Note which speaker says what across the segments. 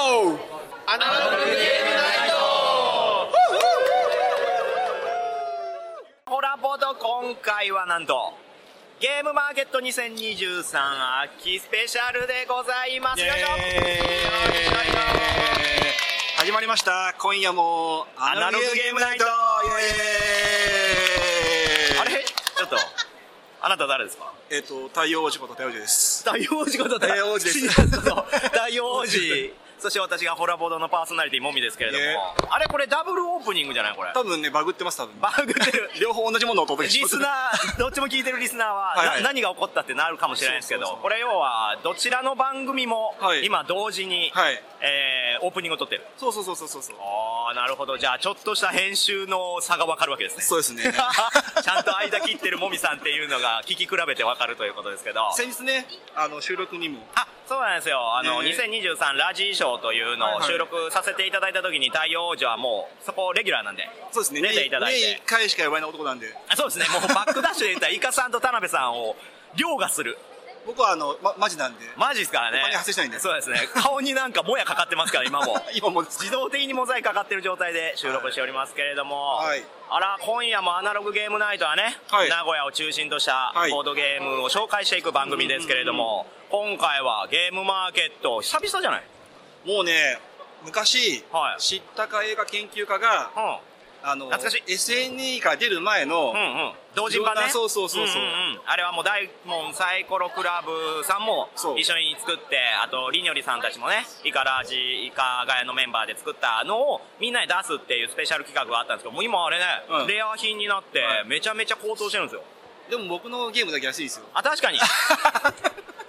Speaker 1: アナログゲームナイト
Speaker 2: ホラボド今回はなんとゲームマーケット2023秋スペシャルでございますよいしょよいしょよいし
Speaker 1: 始まりました今夜もアナログゲームナイトイエーイ
Speaker 2: ょあれちょっとあなた誰ですか
Speaker 1: えっ、と太陽王子こと太陽王子です
Speaker 2: 大王子こと
Speaker 1: 大王子です
Speaker 2: 大王子そして私がホラボドのパーソナリティもみですけれども、
Speaker 1: ね
Speaker 2: あれこれダブルオープニングじゃないこれ
Speaker 1: 多分ねバグってます多分
Speaker 2: バグってる
Speaker 1: 両方同じものをお届けし
Speaker 2: リ
Speaker 1: ます
Speaker 2: スナー、どっちも聞いてるリスナーは、
Speaker 1: はいはい
Speaker 2: な何が起こったってなるかもしれないですけど、
Speaker 1: そうそうそう
Speaker 2: これ要は、どちらの番組も、
Speaker 1: はい
Speaker 2: 今同時に、
Speaker 1: はい
Speaker 2: えーオープニングを撮ってる。
Speaker 1: そうそうそうそうそうそう
Speaker 2: ああ、なるほど。じゃあ、ちょっとした編集の差がわかるわけですね。
Speaker 1: そうです ね
Speaker 2: ちゃんと間切ってるもみさんっていうのが、聞き比べてわかるということですけど。
Speaker 1: 先日ねあの収録にも
Speaker 2: あそうなんですよあの、
Speaker 1: ね
Speaker 2: 2023ラジーショーというの
Speaker 1: はい
Speaker 2: を
Speaker 1: はい
Speaker 2: 収録させていただいた時に太陽王女はもうそこレギュラーなんで
Speaker 1: そうですね
Speaker 2: 出ていただいて
Speaker 1: 年1回しか呼ばれない男なんで
Speaker 2: あそうですねもうバックダッシュで言ったらイカさんと田辺さんを凌駕する
Speaker 1: 僕はあの、ま、マジなんで
Speaker 2: マジですからね
Speaker 1: お金発生しないんで
Speaker 2: そうですね顔になんかもやかかってますから今も
Speaker 1: 今もう
Speaker 2: 自動的にモザイクかかってる状態で収録しておりますけれども、
Speaker 1: はい
Speaker 2: あら今夜もアナログゲームナイトはね、
Speaker 1: はい
Speaker 2: 名古屋を中心とした
Speaker 1: はい
Speaker 2: ボードゲームを紹介していく番組ですけれども、今回はゲームマーケット久々じゃない
Speaker 1: もうね昔、
Speaker 2: はい
Speaker 1: 知ったか映画研究家が
Speaker 2: うん
Speaker 1: あの
Speaker 2: 懐かし
Speaker 1: SNE が出る前の、
Speaker 2: うんうん同人版
Speaker 1: いろん
Speaker 2: ね
Speaker 1: なそうそうそうそうん
Speaker 2: んんあれはもう大門サイコロクラブさんも
Speaker 1: そう
Speaker 2: 一緒に作ってあとりにょりさんたちもねイカラジイカガヤのメンバーで作ったのをみんなに出すっていうスペシャル企画があったんですけどもう今あれね、
Speaker 1: うん
Speaker 2: レア品になって
Speaker 1: はい
Speaker 2: めちゃめちゃ高騰してるんですよ
Speaker 1: でも僕のゲームだけ安いですよ
Speaker 2: あ確かに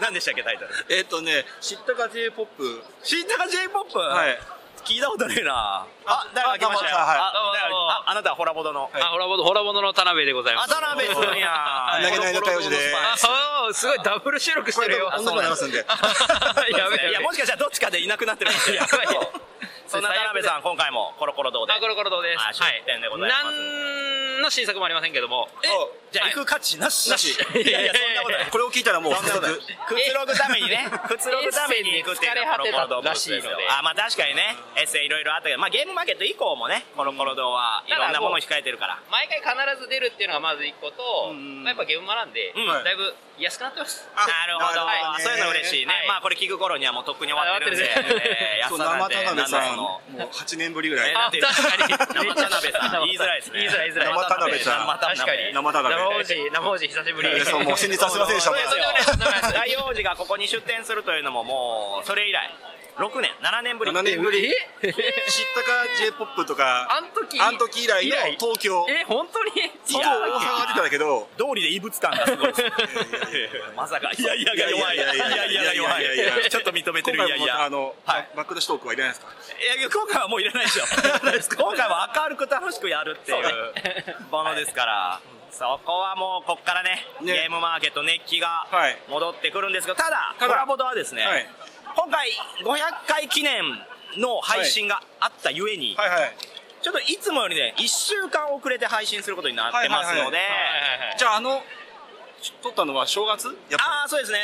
Speaker 2: 何でしたっけタイトル
Speaker 1: えっとね知ったか J ポップ
Speaker 2: 知ったか J−POP、
Speaker 1: はい
Speaker 2: 聞いたことねえなあ誰か来ましたよ
Speaker 1: あ
Speaker 2: あ
Speaker 3: どうも
Speaker 2: 誰か
Speaker 3: どうも
Speaker 2: ああなたはホラボドの、
Speaker 1: はい
Speaker 3: あ、ホラボド、ホラボドの田辺でございま
Speaker 2: あ
Speaker 3: す。
Speaker 2: 田辺さんや
Speaker 1: 投げないの太陽寺で
Speaker 3: あ、そう、すごいダブル収録してるよ。
Speaker 1: これでも女の子になりますんで
Speaker 3: やべ やべ。
Speaker 2: いやもしかしたらどっちかでいなくなってるかもしれない
Speaker 3: やばい よ
Speaker 2: そんな田辺さん今回もコロコロ堂で
Speaker 3: あ、コロコロ堂です。
Speaker 2: あ出店でございます
Speaker 3: 何の新作もありませんけども。
Speaker 1: あ
Speaker 2: じゃあ
Speaker 3: はい
Speaker 2: 行く価値なし
Speaker 3: なし
Speaker 2: いやいやそんなことない
Speaker 1: これを 聞いたらもう
Speaker 2: そん なことない
Speaker 1: 早速
Speaker 2: くつろぐためにねくつろぐために行くっていうのがコロコロ堂ブースです
Speaker 3: 疲れ果
Speaker 2: よ
Speaker 3: てたらしいので
Speaker 2: あまあ確かにねエッセイいろいろあったけどまあゲームマーケット以降もねコロコロ堂はいろんなものを控えてるから
Speaker 3: 毎回必ず出るっていうのがまず一個と、
Speaker 1: うん
Speaker 3: まあやっぱゲームマなんで、
Speaker 2: うん
Speaker 3: だいぶ安くなってます。
Speaker 1: あ
Speaker 2: なるほど、
Speaker 1: なるほどね
Speaker 2: そういうの嬉しいね、
Speaker 3: はい
Speaker 2: まあこれ聞く頃にはもうとっくに終わってるんで、
Speaker 3: あ終わってるね
Speaker 2: えー安
Speaker 1: そう
Speaker 2: さな
Speaker 1: 生
Speaker 2: んて
Speaker 1: 田辺
Speaker 2: なんだ
Speaker 1: さ
Speaker 2: そ
Speaker 1: ん
Speaker 2: の
Speaker 1: もう8年ぶりぐらい
Speaker 2: えなんていうの
Speaker 3: 確かに
Speaker 2: 生田辺さん言いづらいですね
Speaker 3: 言いづらい言いづらい
Speaker 1: 生田辺さん
Speaker 2: 生田辺
Speaker 3: 確かに
Speaker 1: 生田辺
Speaker 3: 生王子生王子久しぶり
Speaker 1: いやそうもう先日はすいませんでした
Speaker 2: そうですよ
Speaker 3: とんでもないです
Speaker 2: 大王子がここに出店するというのももうそれ以来6年7年ぶり
Speaker 1: 7年ぶり知っ
Speaker 3: え
Speaker 1: たか J ポップとか
Speaker 3: あん時
Speaker 1: あん時以来の東京
Speaker 3: え本当に
Speaker 1: 外大阪は出たんだけど
Speaker 2: 通りで異物感がすごいですねまさかいやいやが弱いい
Speaker 1: いやいや
Speaker 2: や
Speaker 1: い
Speaker 2: いや
Speaker 1: や
Speaker 2: が
Speaker 1: いや
Speaker 2: 弱
Speaker 1: いやいや
Speaker 2: いちょっと認めて
Speaker 1: 今
Speaker 2: るいやい
Speaker 1: 回もま
Speaker 2: や
Speaker 1: たあの
Speaker 2: はい
Speaker 1: バックドシトークはいらないですか
Speaker 2: いや今回はもういらないでしょ今回は明るく楽しくやるっていうものですから、そこはもうこっからね
Speaker 1: ね
Speaker 2: ゲームマーケット熱気が
Speaker 1: はい
Speaker 2: 戻ってくるんですけどただ
Speaker 1: ただ
Speaker 2: コラボドはですね、
Speaker 1: はい
Speaker 2: 今回500回記念の配信があったゆえに、
Speaker 1: はいはい
Speaker 2: ちょっといつもよりね1週間遅れて配信することになってますので、
Speaker 1: じゃああの撮ったのは正月やっぱ
Speaker 2: ああそうですね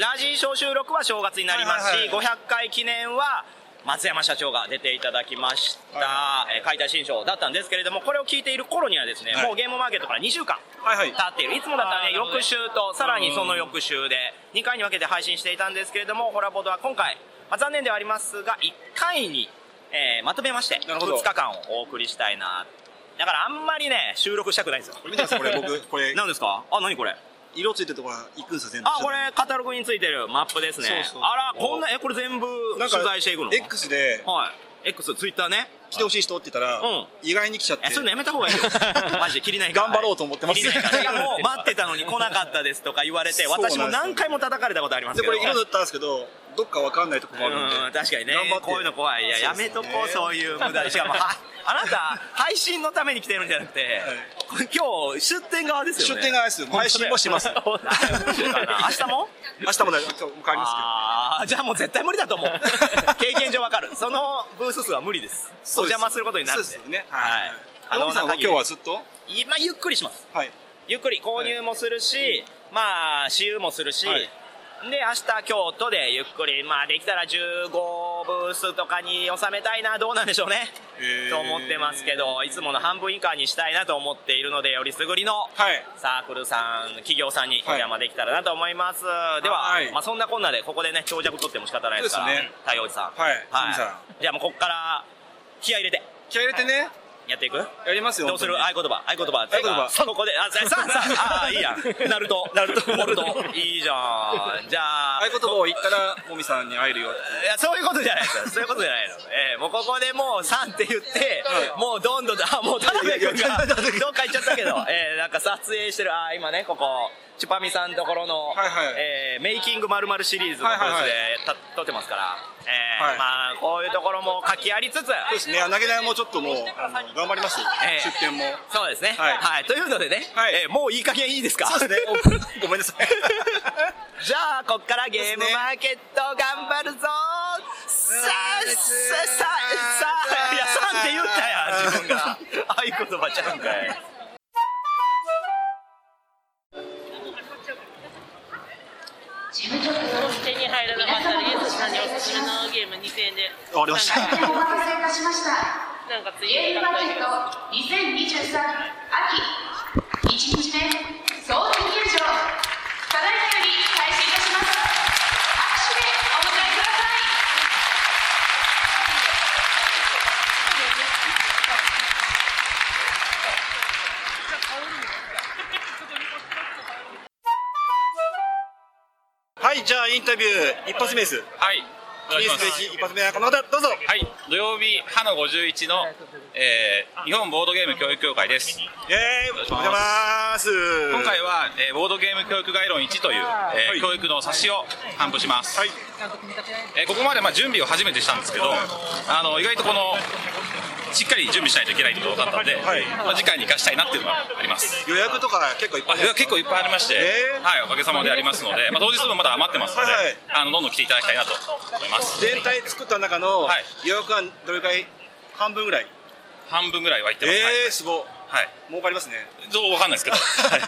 Speaker 2: ラジー小収録は正月になりますし、
Speaker 1: はいはいは
Speaker 2: 500回記念は松山社長が出ていただきました、
Speaker 1: はいは
Speaker 2: えー解体新書だったんですけれどもこれを聞いている頃にはですね、
Speaker 1: はい
Speaker 2: もうゲームマーケットから2週間
Speaker 1: はいはい
Speaker 2: 経っているいつもだった
Speaker 3: あ
Speaker 2: らね
Speaker 3: ーなるほど
Speaker 2: 翌週とさらにその翌週で2回に分けて配信していたんですけれどもホラボードは今回、まあ、残念ではありますが1回に、えーまとめまして
Speaker 1: なるほど
Speaker 2: 2日間をお送りしたいなだからあんまりね収録したくないんですよ
Speaker 1: これ見てますこれ僕こ れ
Speaker 2: 何ですかあ何これ
Speaker 1: 色ついてるとこは行くんですよ全部
Speaker 2: あ、これカタログについてるマップですね。
Speaker 1: そうそう
Speaker 2: あら、こんなえこれ全部
Speaker 1: なんか
Speaker 2: 取材していくの？
Speaker 1: X で
Speaker 2: はい。X ツイッターね。
Speaker 1: 来てほしい人って言ったら、
Speaker 2: うん
Speaker 1: 意外に来ちゃって
Speaker 2: え、そういうのやめた方がいいよ。マジで切りないから。
Speaker 1: 頑張ろうと思ってます
Speaker 2: 切りないから。しかも待ってたのに来なかったですとか言われて、
Speaker 1: そうなんです
Speaker 2: 私
Speaker 1: よ
Speaker 2: も何回も叩かれたことあります
Speaker 1: で
Speaker 2: け
Speaker 1: こ
Speaker 2: ど。
Speaker 1: れ色塗ったんですけどどっかわかんないとこもあるんで、
Speaker 2: うん確かにね
Speaker 1: 頑張って
Speaker 2: こういうの怖いいややめとこう
Speaker 1: そ
Speaker 2: そう,、いう無駄にしかもはあなた配信のために来てるんじゃなくて、今日出店側ですよね
Speaker 1: 出店がないですよ配信もしてます
Speaker 2: 本当だよ 明日も
Speaker 1: 明日もない今日も帰りま
Speaker 2: ああーじゃあもう絶対無理だと 思う経験上わかるそのブース数は無理です
Speaker 1: す
Speaker 2: お
Speaker 1: けど
Speaker 2: 邪魔することになるんで
Speaker 1: そうですよね
Speaker 2: はい
Speaker 1: あのさんは今日はずっと
Speaker 2: 今ゆっくりします
Speaker 1: はい
Speaker 2: ゆっくり購入もするし、まあ私有もするし、
Speaker 1: はい
Speaker 2: で、明日京都でゆっくり、まあできたら15ブースとかに収めたいな、どうなんでしょうね。
Speaker 1: へー
Speaker 2: と思ってますけど、いつもの半分以下にしたいなと思っているので、よりすぐりの
Speaker 1: はい
Speaker 2: サークルさん、企業さんにお
Speaker 1: はい
Speaker 2: 邪魔できたらなと思います。では、
Speaker 1: はい
Speaker 2: まあそんなこんなで、ここでね、長尺取っても仕方ないですから、
Speaker 1: そうですね
Speaker 2: 太陽寺さん。
Speaker 1: はい清水さ
Speaker 2: じゃあもうこっから、気合い入れて、
Speaker 1: 気合い入れてね、
Speaker 2: やっていく
Speaker 1: やりますよ
Speaker 2: どうする
Speaker 1: 本
Speaker 2: 合言葉合言葉っていう
Speaker 1: 合
Speaker 2: か
Speaker 1: 言
Speaker 2: ここであさささあいいやんナルトナルトモルトいいじゃんじゃあ
Speaker 1: 当に合言葉を言ったらもみさんに会えるよって
Speaker 2: いやそういうことじゃないですよそういうことじゃないのええもうここでもう3って言ってもうどんどんあもう田辺君
Speaker 1: いやい
Speaker 2: が
Speaker 1: や
Speaker 2: どっか行っちゃったけどええなんか撮影してるあ今ねここチュパミさんところの
Speaker 1: はいはい
Speaker 2: ええメイキングまるシリーズのブー
Speaker 1: はいはい
Speaker 2: ス
Speaker 1: はい
Speaker 2: でた撮ってますからえ
Speaker 1: は
Speaker 2: え
Speaker 1: い
Speaker 2: まあこういうところも書きありつつ
Speaker 1: そうですね投げ台もちょっともうあの頑張ります、
Speaker 2: ええ
Speaker 1: 出店も
Speaker 2: そうですね。は。
Speaker 1: はいい
Speaker 2: というのでね、
Speaker 1: はい
Speaker 2: えーもういい加減いいですか
Speaker 1: そうですね おごめんなさい
Speaker 2: じゃあ、こっからゲームマーケット頑張るぞさあ、さあ、さあ、いや、さんって言ったやん、自分が。合言葉ちゃうんかい。
Speaker 4: 手に入らなかったら、イエスさんにおすすめのゲーム2000円で。
Speaker 1: 終わりました
Speaker 4: なんか
Speaker 5: お待たせいたしました。
Speaker 4: なんか次
Speaker 5: ゲームマーケット2023秋1日目総選入場ただいまより開始いたします。拍手でお迎えください。
Speaker 1: はいじゃあインタビュー一発目です
Speaker 6: はい。お願い
Speaker 1: 記
Speaker 6: し
Speaker 1: 念
Speaker 6: ます
Speaker 1: べ
Speaker 6: す
Speaker 1: き一発目はこの方どうぞ
Speaker 6: はい。土曜日、ハの51の、えー日本ボードゲーム教育協会です。
Speaker 1: イエーイおはようございます
Speaker 6: 今回
Speaker 1: は
Speaker 6: は、えーボードゲーム教育概論1という、えー教育の冊子を頒布します。
Speaker 1: はい
Speaker 6: えーここまで、まあ、準備を初めてしたんですけど、あの、意外とこの、しっかり準備しないといけないってことだったんで、
Speaker 1: はい
Speaker 6: まあ、次回に生かしたいなっていうのはあります。
Speaker 1: 予約とか結構いっぱい
Speaker 6: あ
Speaker 1: です
Speaker 6: 結構いっぱいありまして、
Speaker 1: えー
Speaker 6: はい、おかげさまでありますので、まあ、当日分まだ余ってますので、
Speaker 1: はいはい
Speaker 6: あのどんどん来ていただきたいなと思います。
Speaker 1: 全体作った中の
Speaker 6: はい
Speaker 1: 予約はどれくらい半分ぐらい
Speaker 6: 半分ぐらいは行ってます。
Speaker 1: えーすごい
Speaker 6: はい。はい
Speaker 1: 儲かりますね
Speaker 6: どうわかんないですけど、はい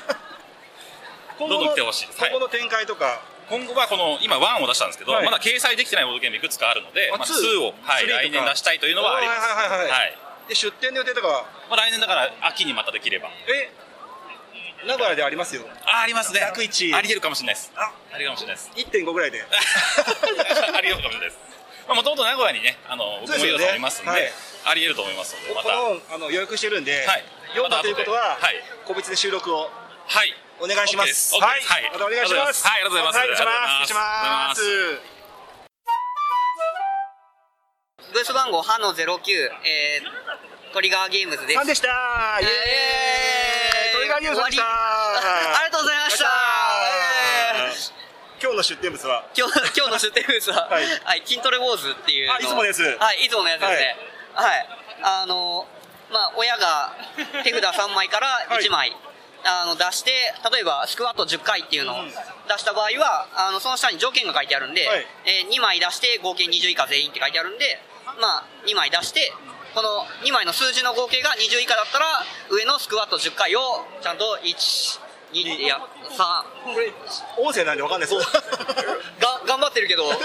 Speaker 1: 今
Speaker 6: どん
Speaker 1: 後
Speaker 6: どん
Speaker 1: の
Speaker 6: 来てほしいです
Speaker 1: 今後の展開とか
Speaker 6: 今後はこの今1を出したんですけど、
Speaker 1: はい
Speaker 6: まだ掲載できてないボードゲームいくつかあるので、
Speaker 1: あ
Speaker 6: まあ、
Speaker 1: ツー
Speaker 6: 2を、はい、
Speaker 1: スリーとか
Speaker 6: 来年出したいというのはあります。
Speaker 1: あーはいはいはいはい
Speaker 6: い
Speaker 1: で出店の予定とかは
Speaker 6: まあ、来年だから秋にまたできれば。
Speaker 1: え名古屋でありますよ
Speaker 6: あありますね。
Speaker 1: 101
Speaker 6: ありえるかもしれないです。
Speaker 1: あ
Speaker 6: ありえるかもしれないです。
Speaker 1: 1.5ぐらいで
Speaker 6: ありえるかもしれないです。まあもともと名古屋にね、あの僕も
Speaker 1: そうですよ
Speaker 6: ユー
Speaker 1: ね
Speaker 6: さんいますんで、
Speaker 1: はい
Speaker 6: ありえると思いますので、ま
Speaker 1: こ
Speaker 6: たは
Speaker 1: のあの予約してるんで
Speaker 6: はい
Speaker 1: 読んだということ
Speaker 6: また
Speaker 1: は
Speaker 6: 後ではい
Speaker 1: 個別で収録を
Speaker 6: い。
Speaker 1: お願いしま
Speaker 6: OK
Speaker 1: す。
Speaker 6: です
Speaker 1: はい、またお願いします。
Speaker 6: はい、ありがとうございます。
Speaker 1: はい、お願いし
Speaker 6: ありが
Speaker 1: ます。
Speaker 6: とうござい
Speaker 1: 失礼します。
Speaker 7: ブース番号ハの09、えー、トリガーゲームズです。
Speaker 1: さんでした。イエーイ。トリガーニュースでした。
Speaker 7: 終わり ありがとうございました。
Speaker 1: 今日の出店物は
Speaker 7: えー今日今日の出店ブースは、
Speaker 1: は
Speaker 7: はいい、筋トレウォーズっていうのを。
Speaker 1: あいつものやつ
Speaker 7: はい、いつものやつですね。はい。あの、まあ、親が手札3枚から1枚、あの、出して、例えば、スクワット10回っていうのを
Speaker 1: うん
Speaker 7: 出した場合は、あの、その下に条件が書いてあるんで、
Speaker 1: はい
Speaker 7: え2枚出して合計20以下全員って書いてあるんで、まあ、2枚出して、この2枚の数字の合計が20以下だったら、上のスクワット10回を、ちゃんと1、2、いや、3、
Speaker 1: これ音声なんでわかんないです。
Speaker 7: が頑張ってるけど伝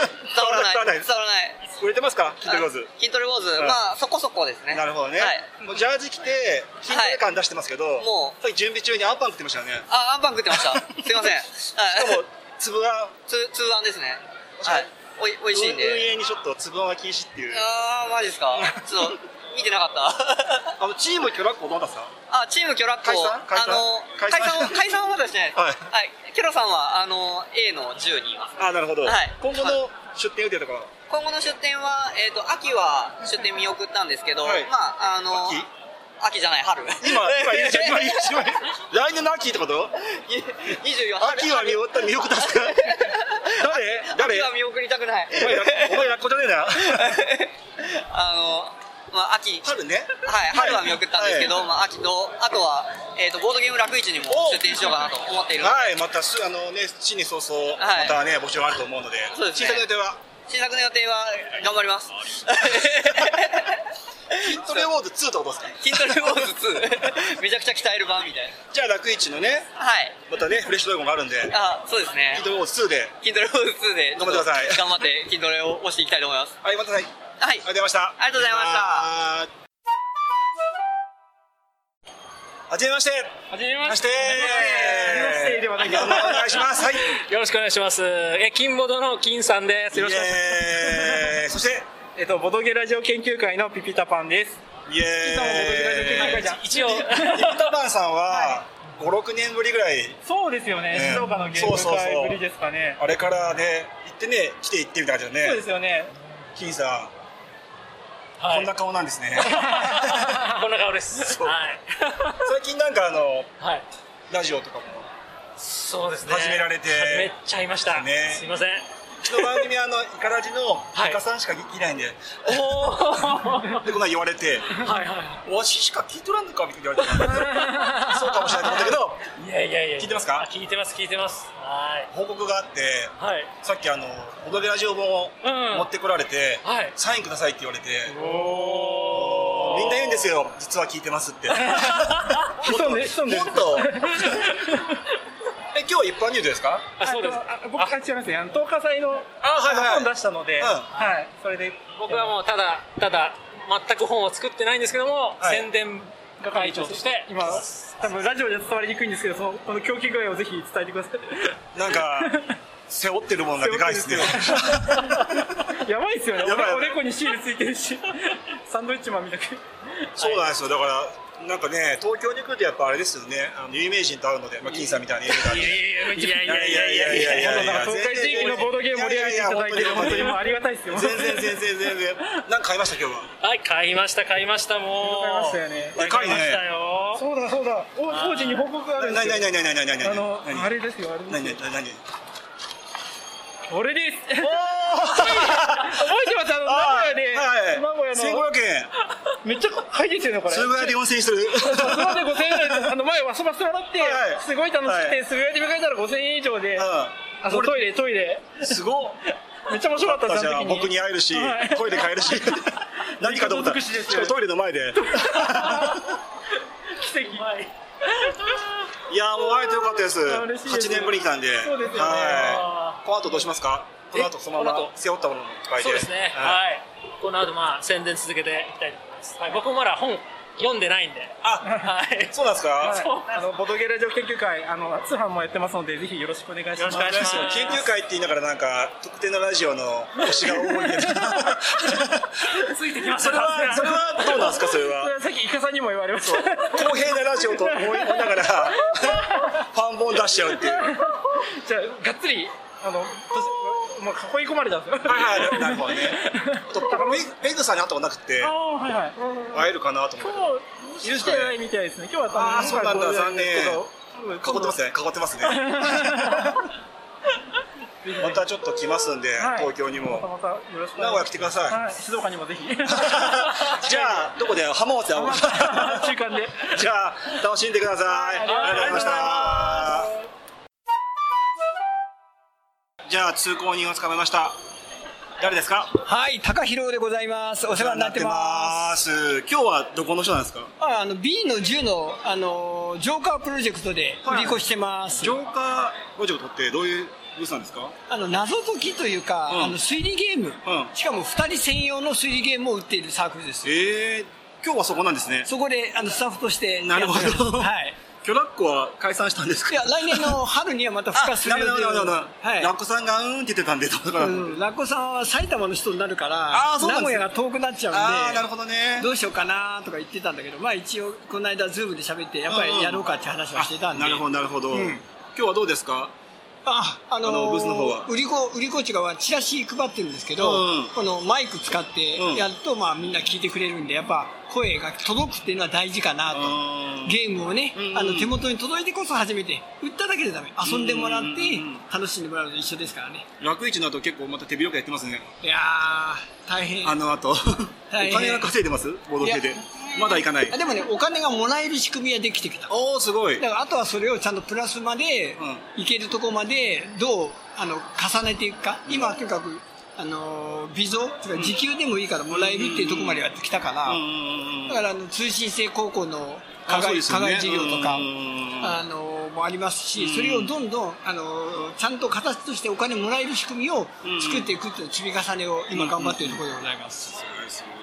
Speaker 7: わらない
Speaker 1: 伝わらない
Speaker 7: 伝わらない
Speaker 1: 売れてますか？キントリローズ。
Speaker 7: 筋トレウォーズ、
Speaker 1: ん
Speaker 7: まあそこそこですね
Speaker 1: なるほどね。
Speaker 7: はい、
Speaker 1: もうジャージ着て筋トレ感出してますけど、
Speaker 7: もう
Speaker 1: さっき準備中にアンパン食ってましたよね。
Speaker 7: あアンパン食ってましたすいませんはい
Speaker 1: しかも粒が
Speaker 7: つ通案ですねはいおいおいしいん
Speaker 1: 運
Speaker 7: で
Speaker 1: 営にちょっと粒は禁止っていう。
Speaker 7: あーマジです かちょっと見てなかった
Speaker 1: あのチームキョラッコどうだったんですか？
Speaker 7: あチームキョラッコ
Speaker 1: 解散解散
Speaker 7: あの
Speaker 1: 解
Speaker 7: 解
Speaker 1: 散
Speaker 7: 散を解散はまだしてないです、
Speaker 1: はい
Speaker 7: キョロさんはあの A の10人います
Speaker 1: あなるほど、
Speaker 7: はい
Speaker 1: 今後の出店予定とかは
Speaker 7: 今後の出店は、えー、と秋は出店見送ったんですけど、
Speaker 1: はい
Speaker 7: まああの
Speaker 1: 秋
Speaker 7: 秋じゃない春
Speaker 1: 今今言っちゃい今言っ ちゃい来年の秋ってこと
Speaker 7: 24春
Speaker 1: 秋は見送った見送ったんすか誰誰
Speaker 7: 秋は見送りたくない
Speaker 1: お前ラお前ラッコじゃねえな
Speaker 7: あのまあ秋
Speaker 1: 春ね
Speaker 7: はい春は見送ったんですけど、
Speaker 1: はい
Speaker 7: まあ秋とあとは、えー、とボードゲーム楽市にも
Speaker 1: お
Speaker 7: 出店しようかなと思っているので
Speaker 1: はいまたすあのね死に早々、
Speaker 7: はい
Speaker 1: またね募集あると思うので
Speaker 7: そうですね
Speaker 1: 小さな予定は
Speaker 7: 新作の予定は頑張ります
Speaker 1: 筋トレウォーズ2ってことですか
Speaker 7: 筋トレウォー ズ2めちゃくちゃ鍛える版みたい
Speaker 1: じゃあ楽市のね
Speaker 7: なはい
Speaker 1: またねフレッシュドラゴンがあるんで
Speaker 7: あそうですね
Speaker 1: ヒットウォーズ2で
Speaker 7: 筋トレウォーズ2で
Speaker 1: 頑張ってください
Speaker 7: 頑張って筋トレを押していきたいと思います
Speaker 1: はいまたはいあり
Speaker 7: はい
Speaker 1: がとうございました
Speaker 7: ありがとうございました
Speaker 1: たはじめまして
Speaker 8: はじめま
Speaker 1: ま
Speaker 8: し
Speaker 1: して
Speaker 9: してではないけど
Speaker 1: あのお願いしますはい
Speaker 8: て。よろしくお願いします。え、金ボドの金さんです。よろしくお願いし
Speaker 1: イエーイそして
Speaker 8: ます。えっと、ボドゲラジオ研究会のピピタパンです。
Speaker 1: イエーイ
Speaker 8: 一応。
Speaker 1: タバンさんは56年ぶりぐらい
Speaker 8: そうですよね
Speaker 1: ね
Speaker 8: 静岡のゲーム
Speaker 1: そうそうそう
Speaker 8: 会ぶりですかね。
Speaker 1: あれからね行ってね来て行ってみたいな感じだ
Speaker 8: そうで
Speaker 1: よね
Speaker 8: すよね。
Speaker 1: 金さん、
Speaker 8: はい
Speaker 1: こんな顔なんですね
Speaker 8: こんな顔です。
Speaker 1: そう
Speaker 8: はい。
Speaker 1: 最近なんかあの
Speaker 8: はい。
Speaker 1: ラジオとかも
Speaker 8: そうですね。
Speaker 1: 始められて
Speaker 8: 始めちゃいました。
Speaker 1: ね
Speaker 8: すいません。
Speaker 1: うちの番組はあのイカラジの
Speaker 8: い
Speaker 1: イカさんしか聞いないんで、
Speaker 8: おお。は
Speaker 1: でこんなん言われて
Speaker 8: いは
Speaker 1: 「わししか聞いとらんのか」みたいな言われてそうかもしれないと思ったけど
Speaker 8: い。いやいやいや。
Speaker 1: 聞いてますか
Speaker 8: あ聞いてます聞いてます。はい。
Speaker 1: 報告があって
Speaker 8: はい。
Speaker 1: さっきあの「踊りラジオ」本を
Speaker 8: うん
Speaker 1: 持ってこられて、
Speaker 8: はい
Speaker 1: サインください」って言われて
Speaker 8: お
Speaker 1: みんな言うんですよ「実は聞いてます」 って
Speaker 8: 潜んで潜んでる
Speaker 1: もっとえ今日一般入場ですか
Speaker 8: あそうです。
Speaker 10: あ僕違いますね。あの東華祭の
Speaker 1: あはい
Speaker 10: 本出したので、
Speaker 1: うん
Speaker 10: はい、それで
Speaker 8: 僕はもうただただ全く本を作ってないんですけども、
Speaker 1: はい
Speaker 8: 宣伝会長として
Speaker 10: 今多分ラジオじゃ伝わりにくいんですけど、そのこの狂気具合をぜひ伝えてくださ
Speaker 1: なん か背負ってるものがでかいですね
Speaker 10: い。 やばいですよね。
Speaker 1: やばいやばい
Speaker 10: おでこにシールついてるし、 サンドイッチマンみたく。
Speaker 1: そうなんですよだからなんかね東京に来るとやっぱあれですよねあの有名人と会うので、まあ、金さんみたいに有名だね
Speaker 8: いやい
Speaker 1: いや
Speaker 8: や
Speaker 1: い
Speaker 8: いや
Speaker 1: やい
Speaker 8: い
Speaker 1: や
Speaker 8: やいやいや
Speaker 1: いやいやいや
Speaker 10: 東海地域のボードゲーム盛り上げていただいて、本当にもうありがたいですよ。
Speaker 1: 全然全然全然なんか買いました今日は
Speaker 8: はい買いました買いましたもう
Speaker 10: 買いましたよね
Speaker 1: でか
Speaker 8: 買
Speaker 1: いね
Speaker 8: ましたよ
Speaker 10: そうだそうだ。お当時に報告があるんで
Speaker 1: 何
Speaker 10: すよ。
Speaker 1: 何何何何何何
Speaker 10: あの
Speaker 1: 何
Speaker 10: あれですよあれですよ
Speaker 1: 何何何何
Speaker 10: 俺です。覚えて
Speaker 1: お
Speaker 10: ますあの
Speaker 1: あ
Speaker 10: 名古屋で名古
Speaker 1: はい
Speaker 10: 屋の
Speaker 1: 1500円
Speaker 10: めっちゃ高いですよねこれ。
Speaker 1: それぐらいで4000円する
Speaker 10: そこまで5000円ぐらい あの前ワそばしてもらって、
Speaker 1: はいはい
Speaker 10: すごい楽しく
Speaker 1: は
Speaker 10: て
Speaker 1: い
Speaker 10: 渋谷で迎えたら5000円以上で、
Speaker 1: う
Speaker 10: あ
Speaker 1: ん
Speaker 10: そうトイレトイレ
Speaker 1: すごっ
Speaker 10: めっちゃ面白かったです
Speaker 1: じゃあ僕に会えるし、トイレ買えるし 何かと思ったら
Speaker 10: いいこ
Speaker 1: し
Speaker 10: と尽くしです
Speaker 1: か
Speaker 10: よ
Speaker 1: もトイレの前で
Speaker 10: 奇跡
Speaker 1: いやーもう会えてよかったです
Speaker 10: あ嬉しいです
Speaker 1: 8年ぶりに来たんで
Speaker 10: そうですよね
Speaker 1: はいこの後どうしますかこの後
Speaker 8: え
Speaker 1: そのま
Speaker 8: この
Speaker 1: ま
Speaker 8: 後
Speaker 1: 背負ったものを書いて
Speaker 8: そうですね
Speaker 1: はい
Speaker 8: はい、この後まあ宣伝続けていきたいと思います、はい、僕もまだ本読んでないんでは
Speaker 1: あ
Speaker 8: い
Speaker 1: そうなんですか
Speaker 10: あのボドゲラジオ研究会あの通販もやってますのでぜひよろしくお願いします
Speaker 8: よろしくお願いします
Speaker 1: 研究会って言いながらなんか特定のラジオの推しが多い けど
Speaker 8: ついてきまし
Speaker 1: そ
Speaker 8: た
Speaker 1: れはそれはどうなんですかそれ
Speaker 10: それ
Speaker 1: は
Speaker 10: はさっきイカさんにも言われまし
Speaker 1: そう
Speaker 10: た
Speaker 1: 公平なラジオと思いながらファンボン出しちゃうっていうはい
Speaker 10: じゃあがっつりあのどうしもう囲い込まれたんですよ
Speaker 1: はいなるほどねあと僕メグさんに会ったことなくて
Speaker 10: ああはいはい
Speaker 1: 会えるかなと思って
Speaker 10: 今日
Speaker 1: いるんですか
Speaker 10: 来て
Speaker 1: ね
Speaker 10: ないみたいですね今日は多分
Speaker 1: あーそうなんだ
Speaker 10: 今回ゴールデンですけど
Speaker 1: 囲ってますね囲ってます ねまたちょっと来ますんで、
Speaker 10: はい
Speaker 1: 東京に
Speaker 10: また
Speaker 1: も
Speaker 10: またよろしくお
Speaker 1: 名
Speaker 10: 願
Speaker 1: 古屋
Speaker 10: いしま
Speaker 1: 来
Speaker 10: す
Speaker 1: てください、
Speaker 10: はい、静岡にもぜひ
Speaker 1: じゃあどこで浜松で会おう
Speaker 10: 中間で
Speaker 1: じゃあ楽しんでください、ありがとうございましたじゃあ通行人をつかめました誰ですか
Speaker 11: はい、高弘でございます。お世話になってます。
Speaker 1: す今日はどこの人なんですか
Speaker 11: ああの B の10のあのジョーカープロジェクトで売り越してます。
Speaker 1: ジョーカープロジェクトってどういうブースなんですか
Speaker 11: あの謎解きというか、
Speaker 1: うん
Speaker 11: あの推理ゲーム、
Speaker 1: ん
Speaker 11: しかも2人専用の推理ゲームを売っているサークルです。
Speaker 1: ええ今日はそこなんですね
Speaker 11: そこであのスタッフとして
Speaker 1: なるほ
Speaker 11: やってます
Speaker 1: ど
Speaker 11: はい。
Speaker 1: キョラッコは解散したんですか
Speaker 11: いや来年の春にはまた復活す
Speaker 1: な
Speaker 11: る
Speaker 1: る
Speaker 11: 予定
Speaker 1: ほどなるほどなるほど
Speaker 11: はい。
Speaker 1: ラッコさんがうーんって言ってたんでどうかな、
Speaker 11: うん、ラッコさんは埼玉の人になるから
Speaker 1: あーそう
Speaker 11: 名
Speaker 1: なん
Speaker 11: 古
Speaker 1: ですね
Speaker 11: 屋が遠くなっちゃ
Speaker 1: あ
Speaker 11: う
Speaker 1: あ
Speaker 11: んで
Speaker 1: なるほどね
Speaker 11: どうしようかなとか言ってたんだけど、まあ、一応この間ズームで喋ってやっぱりやろうかって話はしてたんで、
Speaker 1: あなるほどなるほど、
Speaker 11: うん
Speaker 1: 今日はどうですか
Speaker 11: あ、あのー
Speaker 1: あのブースの方は
Speaker 11: 売り子、売り子ちがはチラシ配ってるんですけど、
Speaker 1: うん
Speaker 11: このマイク使っ
Speaker 1: うん
Speaker 11: てやると、まあみんな聞いてくれるんで、やっぱ声が届くっていうのは大事かなと。
Speaker 1: うん
Speaker 11: ゲームをね、
Speaker 1: うん
Speaker 11: あの手元に届いてこそ初めて、売っただけでダメ。遊んでもらって
Speaker 1: うん、
Speaker 11: 楽しんでもらうのと一緒ですからね。
Speaker 1: 楽市の後結構また手広くやってますね
Speaker 11: いやー、大変。
Speaker 1: あの後お
Speaker 11: 大変
Speaker 1: 金は稼いでますボードゲーで
Speaker 11: いや
Speaker 1: まだいかない
Speaker 11: あでもね、お金がもらえる仕組みはできてきた。
Speaker 1: おおすごい
Speaker 11: だからあとはそれをちゃんとプラスまで、
Speaker 1: うん
Speaker 11: いけるとこまでどうあの重ねていくか、今とにかくあの微増つまり時給でもいいからもらえるっていうところまでやってきたから、だからあの通信制高校の課
Speaker 1: あそ
Speaker 11: 外,、
Speaker 1: うですよ
Speaker 11: 課
Speaker 1: ね
Speaker 11: 外授業とか、
Speaker 1: うん
Speaker 11: あのもありますし、
Speaker 1: うん
Speaker 11: それをどんどんあのちゃんと形としてお金もらえる仕組みを作っていくっていう積み重ねを今頑張っているところでございます。